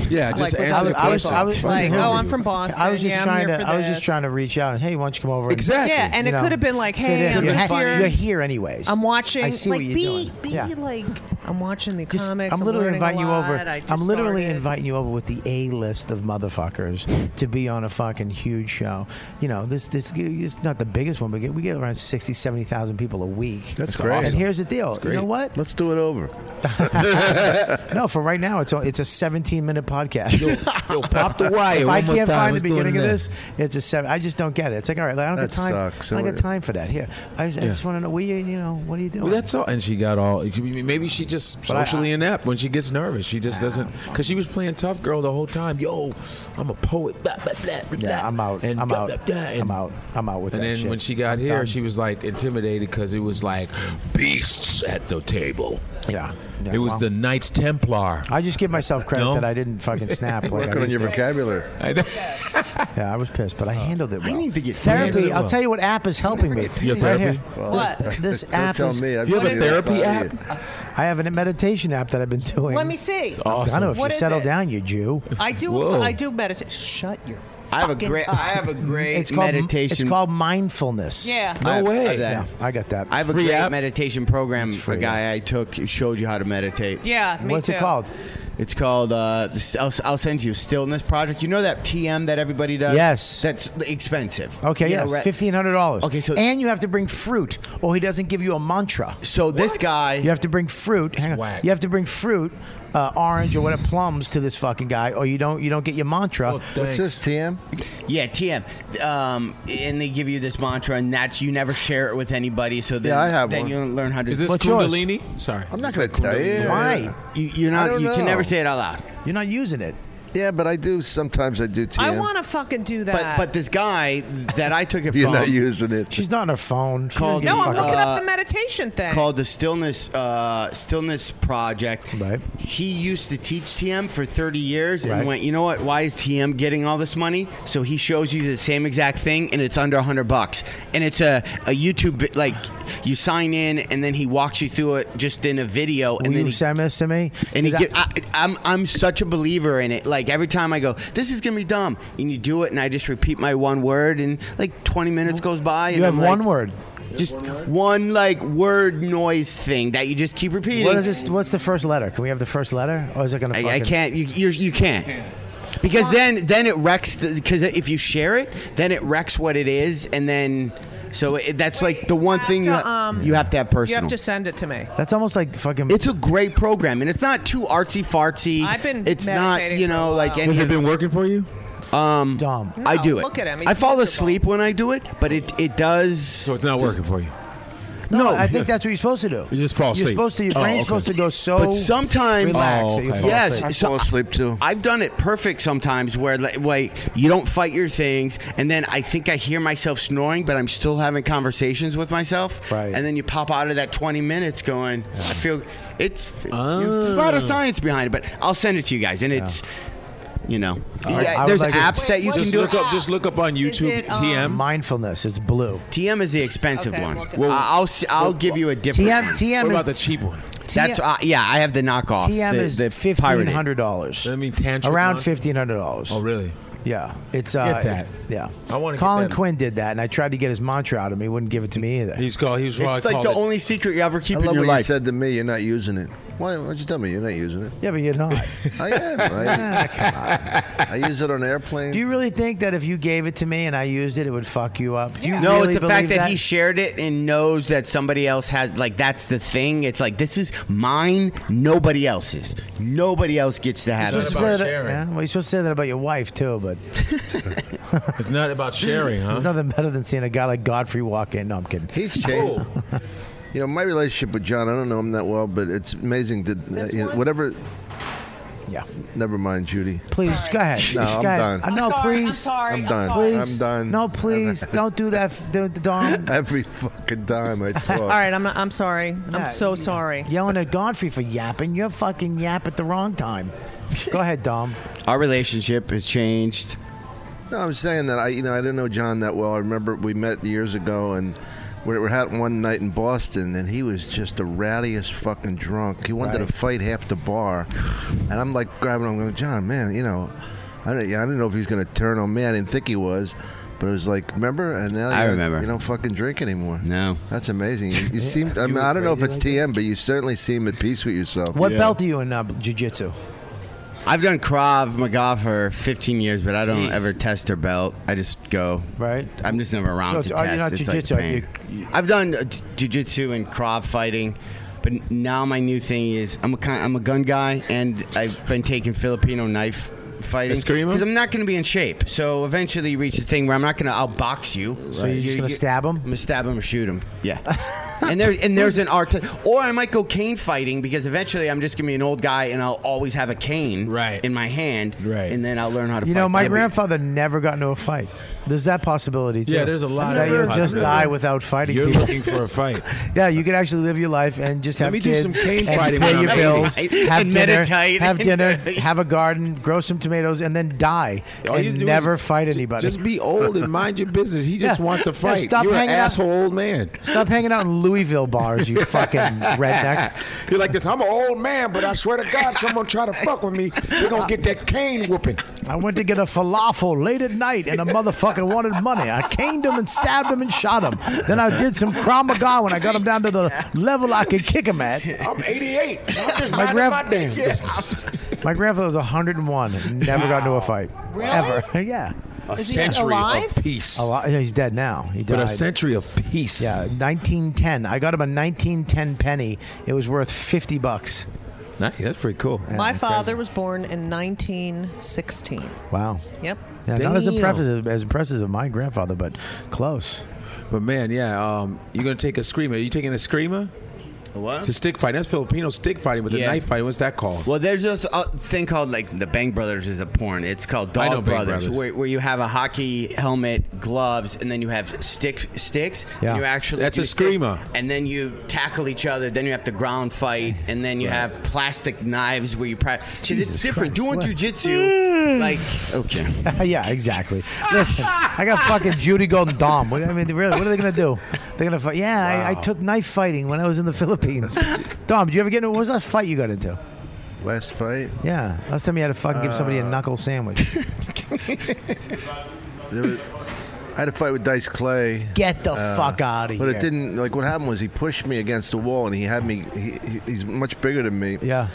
Yeah, just answer the question. Like, here's oh, the- (laughs) I'm from Boston. I was just Yeah, I'm trying here to. for I was just this. trying to reach out. Hey, why don't you come over? Exactly. Yeah, and it you know, could have been like, fit hey, in. I'm you're just ha- here. You're here anyways. I'm watching. I see like, what you're be, doing. Be Yeah. like, I'm watching the Just- comics. I'm literally learning a inviting lot. you over. I just I'm literally started. inviting you over with the A list of motherfuckers to be on a fucking huge show. You know, this this it's not the biggest one, but we get around 60, 70,000 people a week. That's great. And here's the deal. That's Oh, You know great. what? Let's do it over. no, for right now, it's a, it's a 17 minute podcast. yo, pop the wire If one I more can't time. find the What's going beginning of there? this, it's a seven. I just don't get it. It's like all right, I don't That get time. sucks. I don't get time for that. Here, I just, I Yeah. just want to know where you you know what are you doing? Well, that's all. And she got all. Maybe she just But I- socially inept when she gets nervous. She just doesn't. Because she was playing tough girl the whole time. Yo, I'm a poet. Blah, blah, blah, blah, yeah, I'm out. And I'm blah, out. blah, blah, and- I'm out. I'm out with And that then shit. when she got I'm here, done. she was like intimidated because it was like beasts at the table. Yeah. it was well. the (laughs) Knights Templar. I just give myself credit No? that I didn't (laughs) fucking snap. Like Working I on your Oh. vocabulary. (laughs) I know. yeah, I was pissed, but I handled it well. I need to get handled therapy. it I'll well. tell you what app is helping me. Your Right therapy? here. Well, What? This don't app tell is- me. I've You been have a doing this therapy all app? year. I have a meditation app that I've been doing. Let me see. It's I awesome. don't know if What you is settle it? down, you Jew. I do. A, I do meditate. Shut your. I have a fucking great. Time. I (laughs) have a great It's called meditation. It's called mindfulness. Yeah. I have- I have Yeah, that. I got that. I have a great meditation program. A guy I took showed you how to meditate. Yeah, me What's it too. called? It's called. Uh, the st- I'll, I'll send you Stillness Project. You know that TM that everybody does. Yes. that's expensive. Okay, You know, yes, ra- fifteen hundred dollars. Okay, so- and you have to bring fruit, or he doesn't give you a mantra. So this guy, you have to bring fruit. Hang on. whack. You have to bring fruit, uh, orange or whatever plums to this fucking guy, or you don't you don't get your mantra. What's this, TM? Yeah, TM. Um, and they give you this mantra, and that you never share it with anybody. So then, Yeah, I have then one. you learn how to. Is this What's yours? Kundalini? Sorry. I'm not gonna tell you. Why? You, you're I not. don't You can never know. say it out loud. You're not using it. Yeah, but I do. Sometimes I do TM. I want to fucking do But that. but this guy that I took it You're from. not using it. She's not on her phone. She Called- doesn't no, give a I'm fuck. looking Uh, up the meditation thing. called the Stillness uh, Stillness Project. Right. He used to teach TM for 30 years Right. and went, you know what? Why is TM getting all this money? So he shows you the same exact thing, and it's under 100 bucks. And it's a, a YouTube vi- like you sign in, and then he walks you through it just in a video, and Will then you he send this to me? and he Is get, I, I'm I'm such a believer in it. Like every time I go, this is gonna be dumb, and you do it, and I just repeat my one word, and like 20 minutes goes by. And You have I'm like- one word. Just one, like word noise thing that you just keep repeating. What is this? What's the first letter? Can we have the first letter, or Oh, is it gonna? I, Fucking, I can't. You you're, you can't. Because then then it wrecks because if you share it, then it wrecks what it is, and then so it, that's like the one thing you to, ha- um, you have to have You personal. have to send it to me. That's almost like fucking. It's a great program, and it's not too artsy fartsy. I've been It's not meditating you for a know while. like. Has any it of- been working for you? Um, Dumb. I No, do it. look at him. He's I fall asleep when I do it, but it it does. So it's not working for you. no, I think that's what you're supposed to do. You just fall You're asleep. supposed to. Your brain's supposed to go so. Oh, But sometimes, relaxed that you fall yes, asleep. so- I've done it perfect sometimes, where like, like you don't fight your things, and then I think I hear myself snoring, but I'm still having conversations with myself. Right. And then you pop out of that 20 minutes going, I feel it's there's a lot of Oh. science behind it, but I'll send it to you guys, and it's. You know, I- Yeah, I would there's like to- apps that you Just can do. look up- just look up on Is YouTube it, um, TM. mindfulness. It's blue. TM is the expensive Okay, one. look it I'll up. I'll s- I'll What- give you a different. TM one. TM What about is- the cheap one? TM That's uh, yeah. I have the knockoff. TM the, is the fifteen pirated. hundred dollars. I mean, tantric around monk? fifteen hundred dollars. Oh, really? Yeah, it's uh, Get that. Yeah, I wanna get Colin that. Quinn did that, and I tried to get his mantra out of him. He wouldn't give it to me either. He's called. He's It's like the only secret you ever keep I in love your what you life. said to me. You're not using it. Why? Why'd you tell me you're not using it? Yeah, but you're not. (laughs) I am. I, I use it on airplanes. Ah, Do you really think that if you gave it to me and I used it, it would fuck you up? Do you No, really it's the fact believe that, he shared it and knows that somebody else has. Like that's the thing. It's like this is mine. Nobody else's. Nobody else gets to have You're it. supposed to say that- yeah, well, you're supposed to say that about your wife too, but It's not about sharing, huh? there's nothing better than seeing a guy like Godfrey walk in. No, I'm kidding. He's changed. Oh. you know, my relationship with John. I don't know him that well, but it's amazing that you know, whatever. Yeah. Never mind, Judy. Please go ahead. No, Go I'm ahead. done. Uh, no, please. I'm done. Please. I'm done. No, please don't do that, f- d- Don. Every (laughs) fucking time I talk. All right, I'm I'm sorry. Yeah, I'm so sorry. Yelling at Godfrey for yapping. You're fucking yap at the wrong time. Go ahead, Dom. Our relationship has changed. No, I'm saying that I, you know, I didn't know John that well. I remember we met years ago, and we were out one night in Boston, and he was just the rattiest fucking drunk. He wanted Right. to fight half the bar, and I'm like grabbing him, going, John, man, you know, I didn't, I didn't know if he was going to turn on me. I didn't think he was. But it was like, remember? And now I you- remember. You don't fucking drink anymore. No, that's amazing. You, (laughs) you seem. I You mean, were I don't know if it's crazy TM, but you certainly seem at peace with yourself. What belt are you in uh, jiu-jitsu? I've done Krav Maga for 15 years, but I don't ever test her belt. I just go. Right. I'm just never around No, to are test. you not It's jiu-jitsu? Are pain. you- I've done uh, jiu-jitsu and Krav fighting, but now my new thing is I'm a ki- I'm a gun guy, and I've been taking Filipino knife fighting Eskrima? because I'm not going to be in shape. So eventually, you reach a thing where I'm not going to outbox you. So you're just gonna stab Mm, him? I'm gonna stab him or shoot him. (laughs) Yeah. and there and there's an art, to, or I might go cane fighting because eventually I'm just gonna be an old guy and I'll always have a cane right. in my hand. Right. And then I'll learn how to. You fight know, my Yeah, but- grandfather never got into a fight. There's that possibility too. Yeah, there's a lot that of you'll just possibility. die without fighting. You're people. (laughs) looking for a fight. yeah, you could actually live your life and just Let have me do kids some cane and fighting pay when your I'm (laughs) bills, 80. have And dinner, meditate. (laughs) have dinner, have a garden, grow some tomatoes, and then die All you and do never is fight anybody. Just be old and mind your business. He just Yeah. wants to Yeah, fight. stop You're hanging an out- asshole old man. Stop hanging out in Louisville bars, (laughs) you fucking redneck. You're like this. I'm an old man, but I swear to God, someone try to fuck with me, they're gonna get that cane whooping. I went to get a falafel late at night, and a motherfucker wanted money. I caned him and stabbed him and shot him. Then I did some Krav Maga when I got him down to the level I could kick him at. (laughs) I'm 88. I'm just My minding grand- my (laughs) damn Yeah. business. My grandfather was 101 and never got into a fight. Really? Ever. (laughs) Yeah. A Is he century alive? of peace. A lot, yeah, he's dead now. He died. But a century of peace. Yeah, 1910. I got him a 1910 penny. It was worth 50 bucks. Nice. That's pretty cool. My father was born in 1916. Wow. Yep. Yeah, not as Damn. impressive, as impressive as my grandfather, but close. (laughs) But man, yeah, um, you're gonna take a screamer. Are you taking a screamer? what? The stick fight. That's Filipino stick fighting, but the Yeah. knife fighting. What's that called? Well, there's this uh, thing called like the Bang Brothers is a porn. It's called I know Dog Bang Brothers, Brothers. Where, where you have a hockey helmet, gloves, and then you have sticks. Sticks. Yeah. And you actually That's do a sticks, screamer. and then you tackle each other. Then you have to ground (laughs) fight, and then you have plastic knives where you practice. Jesus It's different. Christ, Doing what? (laughs) jujitsu, like okay. yeah, exactly. Listen, I got (laughs) fucking Judy Golden Dom. What, I mean, really, what are they gonna do? They're gonna fight. Yeah, I, I Wow. took knife fighting when I was in the (laughs) Philippines. Dom, did you ever get into what was that fight you got into? Last fight. Yeah, last time you had to fucking give somebody a Uh, knuckle sandwich. There was, I had a fight with Dice Clay. Get the Uh, fuck outta But here. it didn't. Like what happened was he pushed me against the wall, and he had me. He, he- he's much bigger than me. Yeah.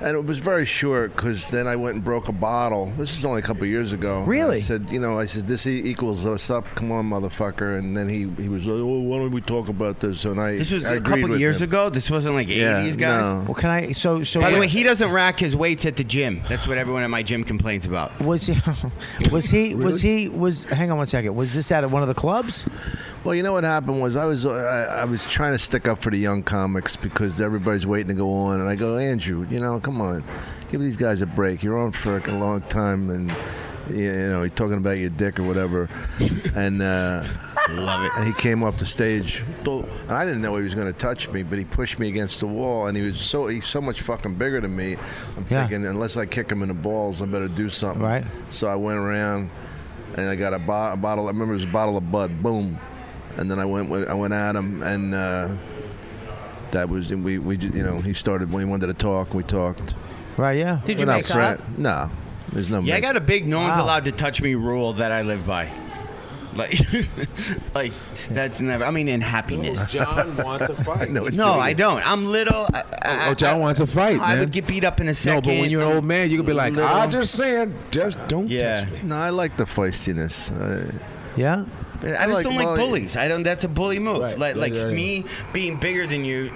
And it was very short because then I went and broke a bottle. This is only a couple years ago. Really? I said, you know, I said this e- equals us up. Come on, motherfucker. And then he he was like, oh, why don't we talk about this? And I This was I a agreed couple with years him. ago. This wasn't like 80s Yeah, guys. no. Well, can I? So, so By the way, he doesn't rack his weights at the gym. That's what everyone at my gym complains about. was he? (laughs) Was he? Was he? Was hang on one second. Was this at one of the clubs? (laughs) Well, you know what happened was I was uh, I, I was trying to stick up for the young comics because everybody's waiting to go on, and I go, Andrew, you know, come on, give these guys a break. You're on for a long time, and you you know, you're talking about your dick or whatever, and uh, love it. And he came off the stage, and I didn't know he was going to touch me, but he pushed me against the wall, and he was so he's so much fucking bigger than me. I'm Yeah. thinking unless I kick him in the balls, I better do something. Right. So I went around and I got a, bo- a bottle. I remember it was a bottle of Bud. Boom. And then I went. With, I went at him, and uh, that was. And we, we, ju- you know, he started. We wanted to talk. We talked. Right. Yeah. We're not friend- No. There's no. Yeah, I make- got a big no one's Wow. allowed to touch me rule that I live by. Like, (laughs) like that's never. I mean, in happiness. John wants a fight. no, it's no brilliant. I don't. I'm little. I, I, Oh, John wants a fight, I man. would get beat up in a No, second. but when you're an old man, you could be like, Little. I'm just saying, just don't touch me. No, I like the feistiness. I, (laughs) yeah. I just don't like bullies. I don't. That's a bully move. Right, Like, right, like right, right. me being bigger than you,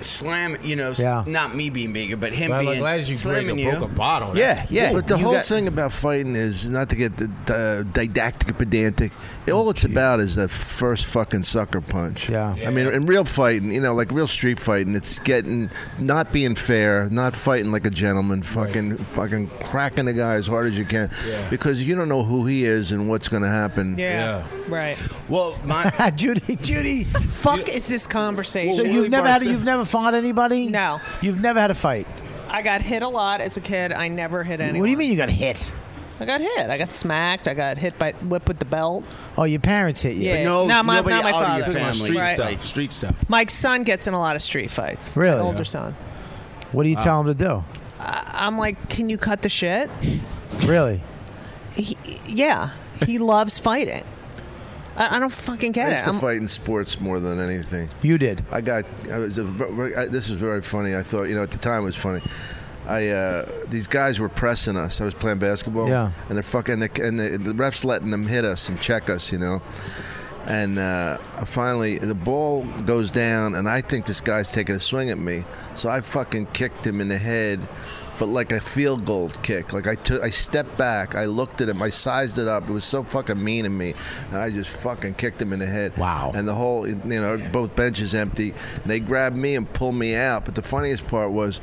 slam. You know, s- Yeah. not me being bigger, but him Well, like, being last you break a- slamming you. broke a bottle. Yeah, yeah. But the You whole got- thing about fighting is not to get the, uh, didactic or pedantic. All it's about is that first fucking sucker punch. Yeah. I mean, in real fighting, you know, like real street fighting, it's getting not being fair, not fighting like a gentleman, fucking fucking cracking the guy as hard as you can, because you don't know who he is and what's going to happen. Right. Well, my Ah, Judy, (laughs) Judy, fuck is this conversation? so you've never had? You've never fought anybody? No. You've never had a fight. I got hit a lot as a kid. I never hit anyone. What do you mean you got hit? I got hit. I got smacked. I got hit by whip with the belt. Oh, your parents hit you. Yeah. But no- Not my- nobody not my out of your father. family. Street Right. stuff. Street stuff. My son gets in a lot of street fights. Really? My older son. What do you Wow. tell them to do? I- I'm like, can you cut the shit? Really? He, yeah, (laughs) he loves fighting. I, I don't fucking get I it. used to I'm- fight in sports more than anything. You did. I got. I was. A, ver- I, this was very funny. I thought you know at the time it was funny. I uh, these guys were pressing us. I was playing basketball. Yeah. And they're fucking. The, and the, the refs letting them hit us and check us. You know. And uh, finally, the ball goes down, and I think this guy's taking a swing at me. So I fucking kicked him in the head, but like a field goal kick. Like I took, I stepped back, I looked at him, I sized it up. It was so fucking mean of me, and I just fucking kicked him in the head. Wow. And the whole, you know, both benches empty. And they grabbed me and pulled me out. But the funniest part was,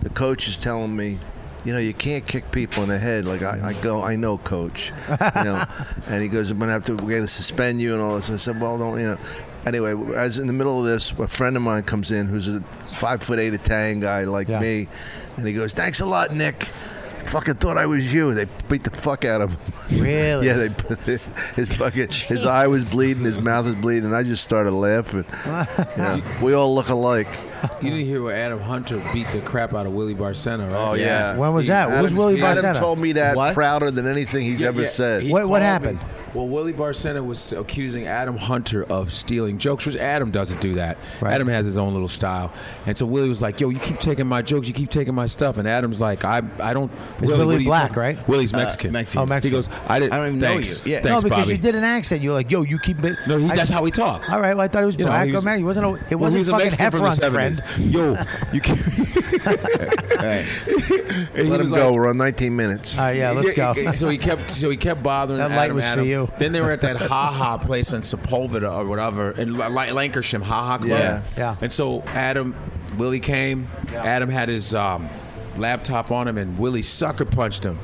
the coach is telling me, you know, you can't kick people in the head. Like I, I go, I know, coach. You know, and he goes, I'm gonna have to, we're gonna suspend you and all this. I said, well, don't you know. Anyway, as in the middle of this, a friend of mine comes in who's a five foot eight Italian guy like me, and he goes, thanks a lot, Nick. Fucking thought I was you. They beat the fuck out of him. Really? yeah. They put (laughs) his fucking his eye was bleeding, his mouth was bleeding, and I just (laughs) started laughing. You know, we all look alike. (laughs) You didn't hear where Adam Hunter beat the crap out of Willie Barcena, right? Oh yeah. Adam- Adam told me that prouder than anything he's Yeah, ever yeah. said. He called me. Well, Willie Barcena was accusing Adam Hunter of stealing jokes, which Adam doesn't do that. Adam has his own little style, and so Willie was like, "Yo, you keep taking my jokes, you keep taking my stuff," and Adam's like, "I, I don't." Is Willie what are you black, talking- right? Willie's Uh, Mexican. Mexican. Oh, Mexican. He goes, "I didn't. I don't even know thanks. you." Yeah. Thanks, no, because Bobby. you did an accent. You were like, "Yo, you keep." It. No, he- I- that's how he talks. All right. Well, I thought it was You know, black he or was- man. He wasn't. A, it Well, wasn't he was a fucking Mexican from the Heffron, friend. 70s. Yo, (laughs) you keep. And (laughs) he Let him was go. like- We're on 19 minutes. (laughs) So he kept, so he kept bothering. That light Adam, was for Adam. you. Then they were at that Ha Ha place in Sepulveda or whatever, in L- L- Lancashire, Ha Ha Club. Yeah. Yeah. And so Adam, Willie came. Adam had his um, laptop on him, and Willie sucker punched him.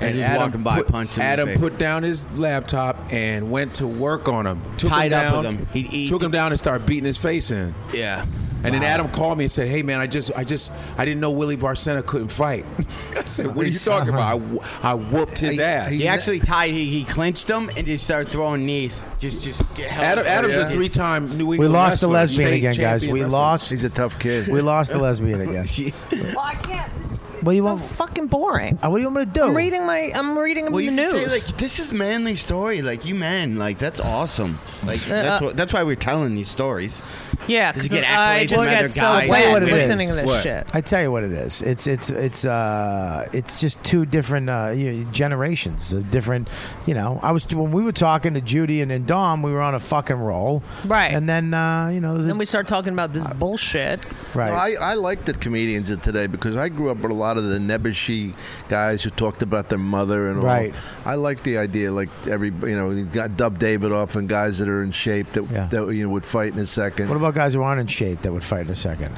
And he's walking by, put, punched him in the Adam face. put down his laptop and went to work on him. Took Tied him up with down, him. He- he- took him down and started beating his face in. (laughs) Yeah. And then Wow. Adam called me and said, "Hey man, I just, I just, I didn't know Willie Barcena couldn't fight." (laughs) I said, "What are you talking about? I, wh- I whooped his he, ass." He actually tied. He, he clinched him and just started throwing knees. Just just get held. Adam, Adam's Yeah. a three-time New England. We lost the wrestler, lesbian state again, guys. champion We wrestler. lost. He's a tough kid. We lost the lesbian (laughs) again. Well, I can't. This is What do you want? fucking boring. Uh, What do you want me to do? I'm reading my. I'm reading Oh. Well, the you news. can say like this is manly story. Like you man, like that's awesome. Like Uh, that's, uh, what, that's why we're telling these stories. yeah, Does it because get I accolades just from other get so Tell guys? you wet what it is. listening to this shit. I tell you what it is. It's it's it's uh it's just two different uh, you- generations, of different. You know, I was when we were talking to Judy and, and Dom, we were on a fucking roll, right? And then uh, you know, then we start talking about this bullshit, No, I, I like that comedians of today because I grew up with a lot of the nebbishy guys who talked about their mother and all. Right. I like the idea, like every you know, you got Dub David off and guys that are in shape that, that you know would fight in a second. What about guys who aren't in shape that would fight in a second?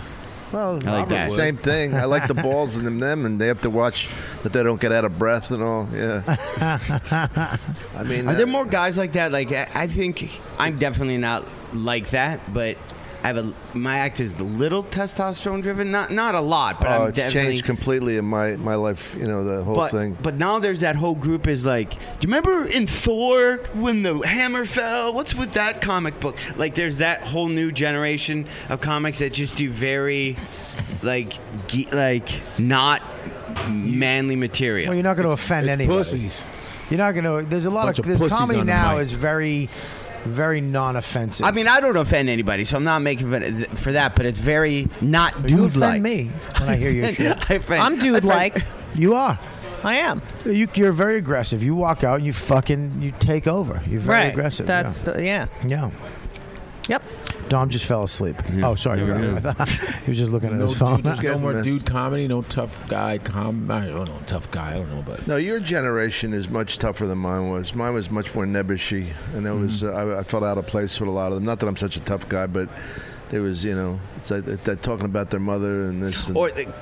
Well, I like that. Same thing. I (laughs) like the balls in them, them, and they have to watch that they don't get out of breath and all. Yeah. I mean, are there uh, more guys like that? Like I, I think I'm definitely not like that, but. I have a my act is a little testosterone driven, not not a lot, but oh, I'm it's definitely changed completely in my my life. You know, the whole but, thing. But now there's that whole group is like, do you remember in Thor when the hammer fell? What's with that comic book? Like, there's that whole new generation of comics that just do very, like, ge- like not manly material. Well, you're not going to offend it's anybody. pussies. You're not going to. There's a lot Bunch of of this pussies comedy on the now mic. is very, very non-offensive. I mean, I don't offend anybody, so I'm not making fun of th- for that. But it's very not you dude like offend me when I hear your shit. (laughs) I offend- I'm dude like. You are. I am. You, you're very aggressive. You walk out, you fucking, you take over. You're very right. aggressive. That's yeah. the yeah. yeah. Yep. Dom just fell asleep. Oh, sorry. Yeah, you yeah. were- I thought- (laughs) he was just looking at No, his phone. (laughs) dude, there's no more dude comedy, no tough guy com. I don't know, tough guy. I don't know, but No, your generation is much tougher than mine was. Mine was much more nebbishy, and that was uh, I, I felt out of place with a lot of them. Not that I'm such a tough guy, but there was you know, it's like that, that talking about their mother and this. And or the,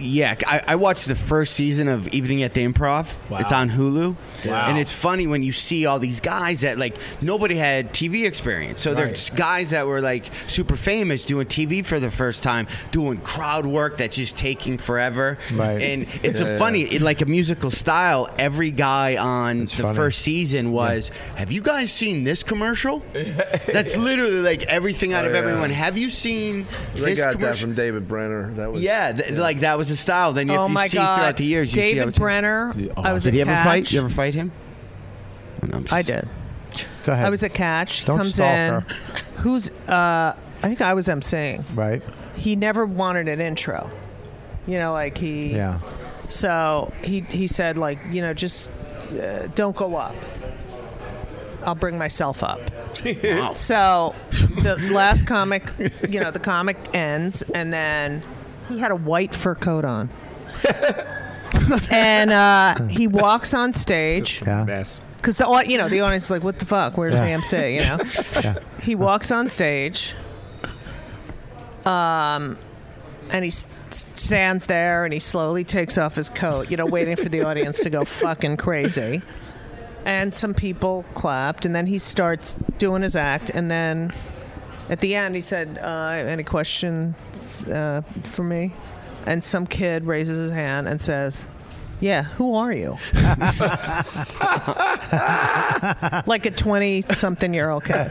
yeah, I, I watched the first season of Evening at the Improv. Wow. It's on Hulu, Wow. and it's funny when you see all these guys that like nobody had TV experience. So there's guys that were like super famous doing TV for the first time, doing crowd work that's just taking forever. Right. And it's Yeah, a yeah. funny, it, like a musical style. Every guy on the funny. first season was, "Have you guys seen (laughs) this commercial?" that's literally like everything out Oh, of yeah. everyone. Have you seen? They this got that commercial? from David Brenner. That was Yeah, th- like that was a style. Then Oh if you my see God. throughout the years, you see David how it's- Brenner, I was did at he ever Catch. fight? You ever fight him? Oh, I did. Go ahead. I was at catch. He Don't comes stalk in. her. Who's? Uh, I think I was emceeing. Right. He never wanted an intro. You know, like he. Yeah. So he he said like you know just uh, don't go up. I'll bring myself up. Wow. So the last comic, you know, the comic ends, and then he had a white fur coat on. and uh, he walks on stage. Mess. Because the au- you know the audience is like, what the fuck? Where's Yeah. the MC? You know. He walks on stage. Um, and he s- stands there and he slowly takes off his coat, you know, waiting for the audience to go fucking crazy. And some people clapped, and then he starts doing his act, and then at the end he said, uh, "Any questions uh, for me?" And some kid raises his hand and says, "Yeah, who are you?" like a twenty-something-year-old kid.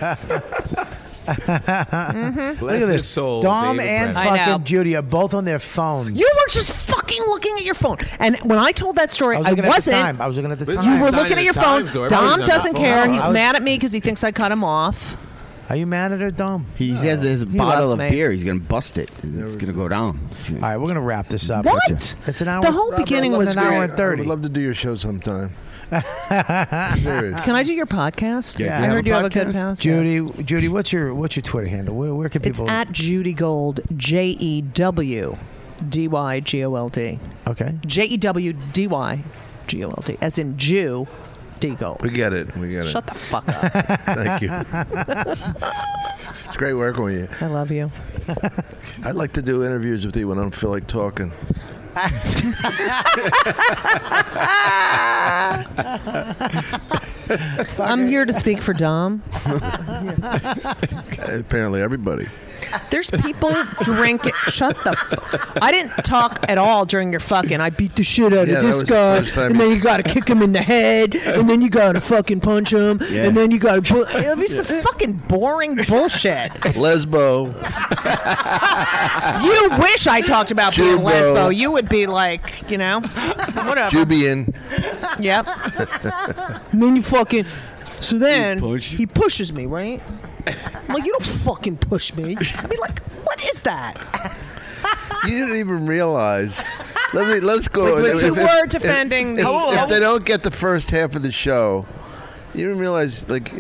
Mhm. Bless Look at his this. soul, Dom David and Brennan. I know. fucking Judy are both on their phones. You were just fucking looking at your phone. And when I told that story, I was I, looking at the wasn't. time. I was looking at the But time. You were it's not looking even at your the phone. time, so everybody's Dom on their doesn't phone. care. No, He's I was- mad at me because he thinks I cut him off. Are you mad at her, Dom? He has his He bottle loves of me. beer. He's gonna bust it. and It's gonna go down. All right, we're gonna wrap this up. What? It's an hour. The whole beginning was an hour great. and thirty. I would love to do your (laughs) show sometime. Serious. Can I do your podcast? Yeah, I heard you have a good podcast. Judy. Judy, what's your what's your Twitter handle? Where, where can It's people? at Judy Gold, J E W D Y G O L D. Okay. J E W D Y G O L D, as in Jew, D Gold. We get it. We get it. Shut the fuck (laughs) up. Thank you. It's great working with you. I love you. I'd like to do interviews with you when I don't feel like talking. I'm here to speak for Dom. Apparently, everybody. There's people drinking. Shut the. Fu- I didn't talk at all during your fucking. I beat the shit out Yeah, that of this was the guy, first time and then you- you got to kick him in the head, and then you got to fucking punch him, Yeah. and then you got to. Bu- it was the fucking boring (laughs) bullshit. Lesbo. You wish I talked about being Jubo. lesbo. You would be like, you know, whatever. Jubian. Yep. And then you fucking. So then he pushes me, right? I'm like, you don't fucking push me. I'd be like, what is that? you didn't even realize. Let me let's go. But- but you were defending If, the- if, Hello. they don't get the first half of the show, you didn't realize. Like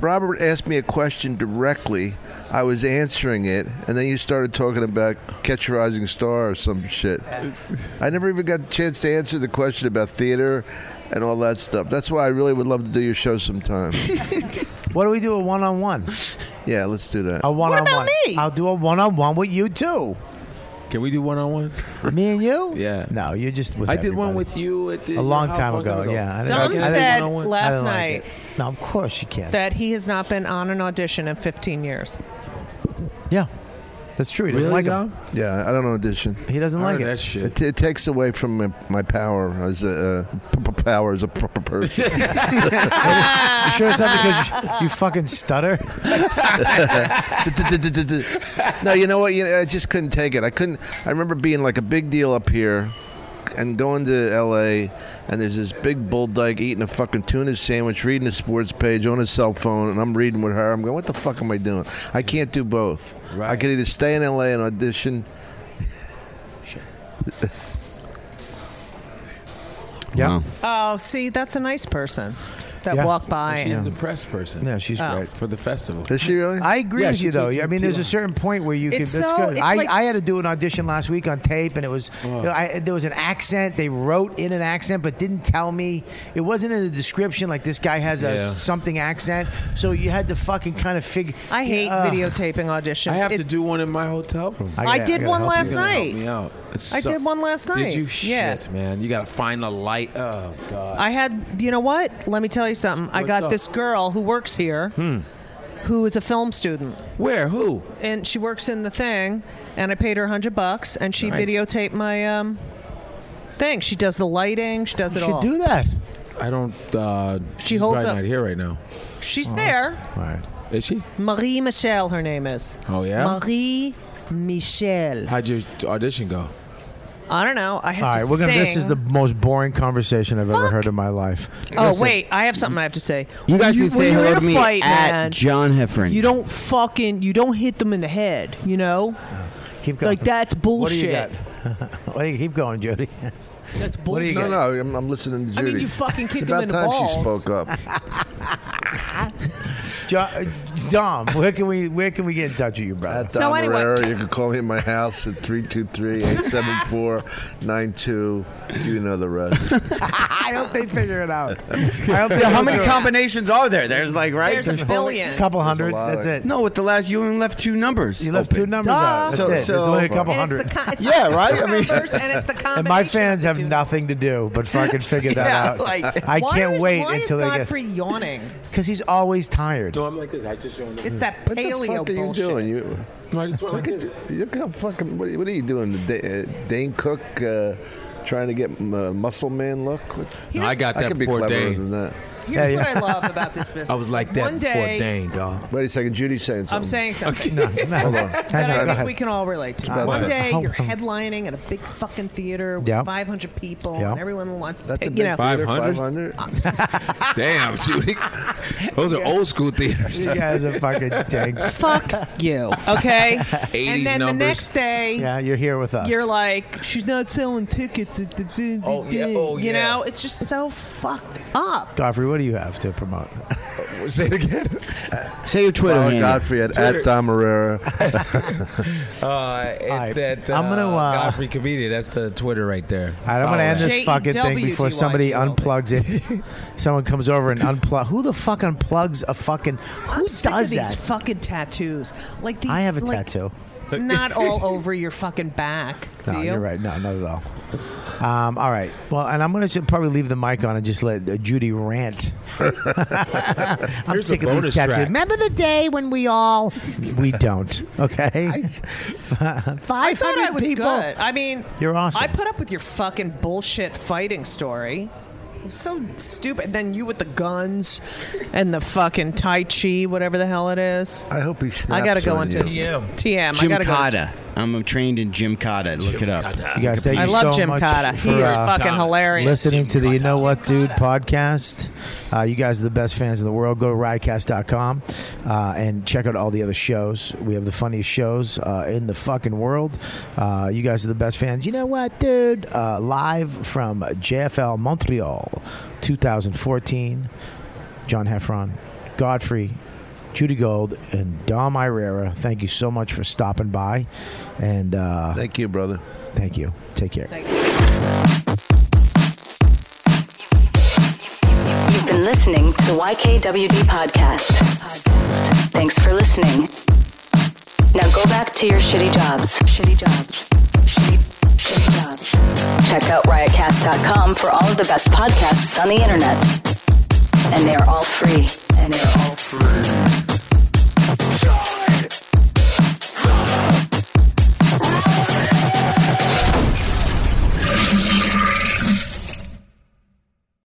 Robert asked me a question directly. I was answering it, and then you started talking about Catch a Rising Star or some shit. I never even got a chance to answer the question about theater and all that stuff. That's why I really would love to do your show sometime. What do we do a one on one? yeah, let's do that. A one on one. I'll do a one on one with you too. Can we do one on one? Me and you? (laughs) Yeah. No, you're just with. I did one everybody. with you at the, a long your house time one ago. Yeah. I didn't- Dom I didn't- said I didn't last like it. night- no, of course you can. That he has not been on an audition in 15 years. yeah, that's true. He doesn't like him. Yeah, I don't know audition. He doesn't I like heard it. that shit. It, it takes away from my, my power as a uh, p- p- power as a proper person. (laughs) You sure it's not because you fucking (laughs) stutter? no, you know what? You know, I just couldn't take it. I couldn't. I remember being like a big deal up here, and going to L.A. and there's this big bull dyke eating a fucking tuna sandwich, reading a sports page on his cell phone, and I'm reading with her. I'm going, what the fuck am I doing? I can't do both. I could either stay in L.A. and audition. Yeah. Oh, see, that's a nice person that Yeah. walked by. She's and- the press person. Yeah, she's Oh. great. for the festival. Is she really? I agree Yeah, with she you though. took I mean, there's a T1. certain point where you can. It's that's so- good. it's I, like- I had to do an audition last week on tape, and it was you know, I, there was an accent. They wrote in an accent, but didn't tell me. It wasn't in the description. Like this guy has a Yeah. something accent, so you had to fucking kind of figure. uh, I hate videotaping auditions. I have It- to do one in my hotel room. I I gotta- did I gotta one help you. last You're gonna night. Help me out. It I suck- did one last Did night. you? Yeah. Shit, man. You got to find the light. Oh, God. I had, you know what? Let me tell you something. I What's got up? Hmm. this girl who works here who is a film student. Where? Who? And she works in the thing, and I paid her 100 bucks, and she Nice. videotaped my um, thing. She does the lighting, she does it all. that. I don't. Uh, she she's holds probably up- not here right now. She's Oh, there. All right. Is she? Marie Michel, her name is. Oh, yeah? Marie Michel. How'd your audition go? I don't know. I had All to right, we're gonna. This sing. is the most boring conversation I've ever heard in my life. Oh Listen, wait, I have something I have to say. You guys When can say when you're hello in to a me fight, at man, John Heffron. You don't fucking you don't hit them in the head, you know? Keep Like that's bullshit. What do you got? (laughs) what do you, keep going, Jody. That's What do you no, got? no, I'm, I'm listening to I Judy. mean, you fucking it's kicked about him in time the balls. she spoke (laughs) up. (laughs) Jo- uh, Dom, where can we where can we get in touch with you, brother? Dom Herrera, you can call me at my house at 323-874-92. You know the (laughs) rest. (laughs) I hope they figure it out. Yeah, how many combinations are there? There's like right. There's a billion. Couple hundred, that's it. No, with the last you only left two numbers. You left two numbers out. That's so, it. There's so- only a couple hundred. yeah, right. I mean, (laughs) and my fans have nothing to do but fucking figure that Yeah, out. like- I Why can't is- wait why until is they Godfrey get yawning? because he's always tired. No, I'm like this. I just don't. It's that What the paleo fuck are you bullshit. doing? You, I just want look at you. Look how fucking. What are you, what are you doing? The Da- uh, Dane Cook uh, trying to get m- uh, muscle man look. What- No, I got I that could be before cleverer Dane. than that. Here's what I love about this (laughs) business. I was like that One before day, Dane, (laughs) dog. Wait a second, Judy's saying something. I'm saying something. (laughs) Hold on. that I think we can all relate to. It's about One that. day How- you're headlining at a big fucking theater with Yeah. 500 people, Yeah. and everyone wants. That's a you big know, theater, 500? Damn, Judy. (laughs) Those are old school theaters. You guys are fucking dicks. (laughs) Fuck you. Okay. 80s and then numbers. the next day, Yeah, you're here with us. you're like, she's not selling tickets at the. Oh, yeah. Oh, You yeah. know, it's just so fucked up. Godfrey, what do you have to promote? (laughs) Say it again. Say your Twitter Follow handle. Godfrey at, Twitter. at Dom Herrera. Uh, it's at uh, I'm gonna, uh, Godfrey Comedian. That's the Twitter right there. All right, I'm gonna Follow end that. this fucking thing before somebody unplugs it. (laughs) Someone comes over and unplug. Who the fuck unplugs a fucking? Who I'm sick of does these that? fucking tattoos. Like these. I have a like, tattoo. (laughs) Not all over your fucking back. No, do you? you're right. No, not at all. Um, all right. Well, and I'm gonna ju- probably leave the mic on and just let uh, Judy rant. (laughs) I'm Here's a sick of these bonus tattoos. track. Remember the day when we all we don't. (laughs) Okay. I Five thought I was people. good. I mean, You're awesome. I put up with your fucking bullshit fighting story. It was so stupid. And then you with the guns and the fucking tai chi, whatever the hell it is. I hope he. I gotta snaps go on into you. TM. I gotta go. Gymkata. I'm trained in Jim Cotta. Look it up. You guys, thank I you so love Jim much Cotta. For, He is uh, fucking hilarious. Listening to the You Know What Dude podcast. Uh, you guys are the best fans in the world. Go to riotcast.com uh, and check out all the other shows. We have the funniest shows uh, in the fucking world. Uh, you guys are the best fans. You know what, dude? Uh, live from JFL Montreal 2014. John Heffron, Godfrey, Judy Gold, and Dom Irera. Thank you so much for stopping by. And uh, Thank you, brother. Thank you. Take care. You've been listening to the YKWD podcast. Thanks for listening. Now go back to your shitty jobs. Shitty jobs. Shitty, shitty jobs. Check out riotcast.com for all of the best podcasts on the internet. And they are all free. And they are all free.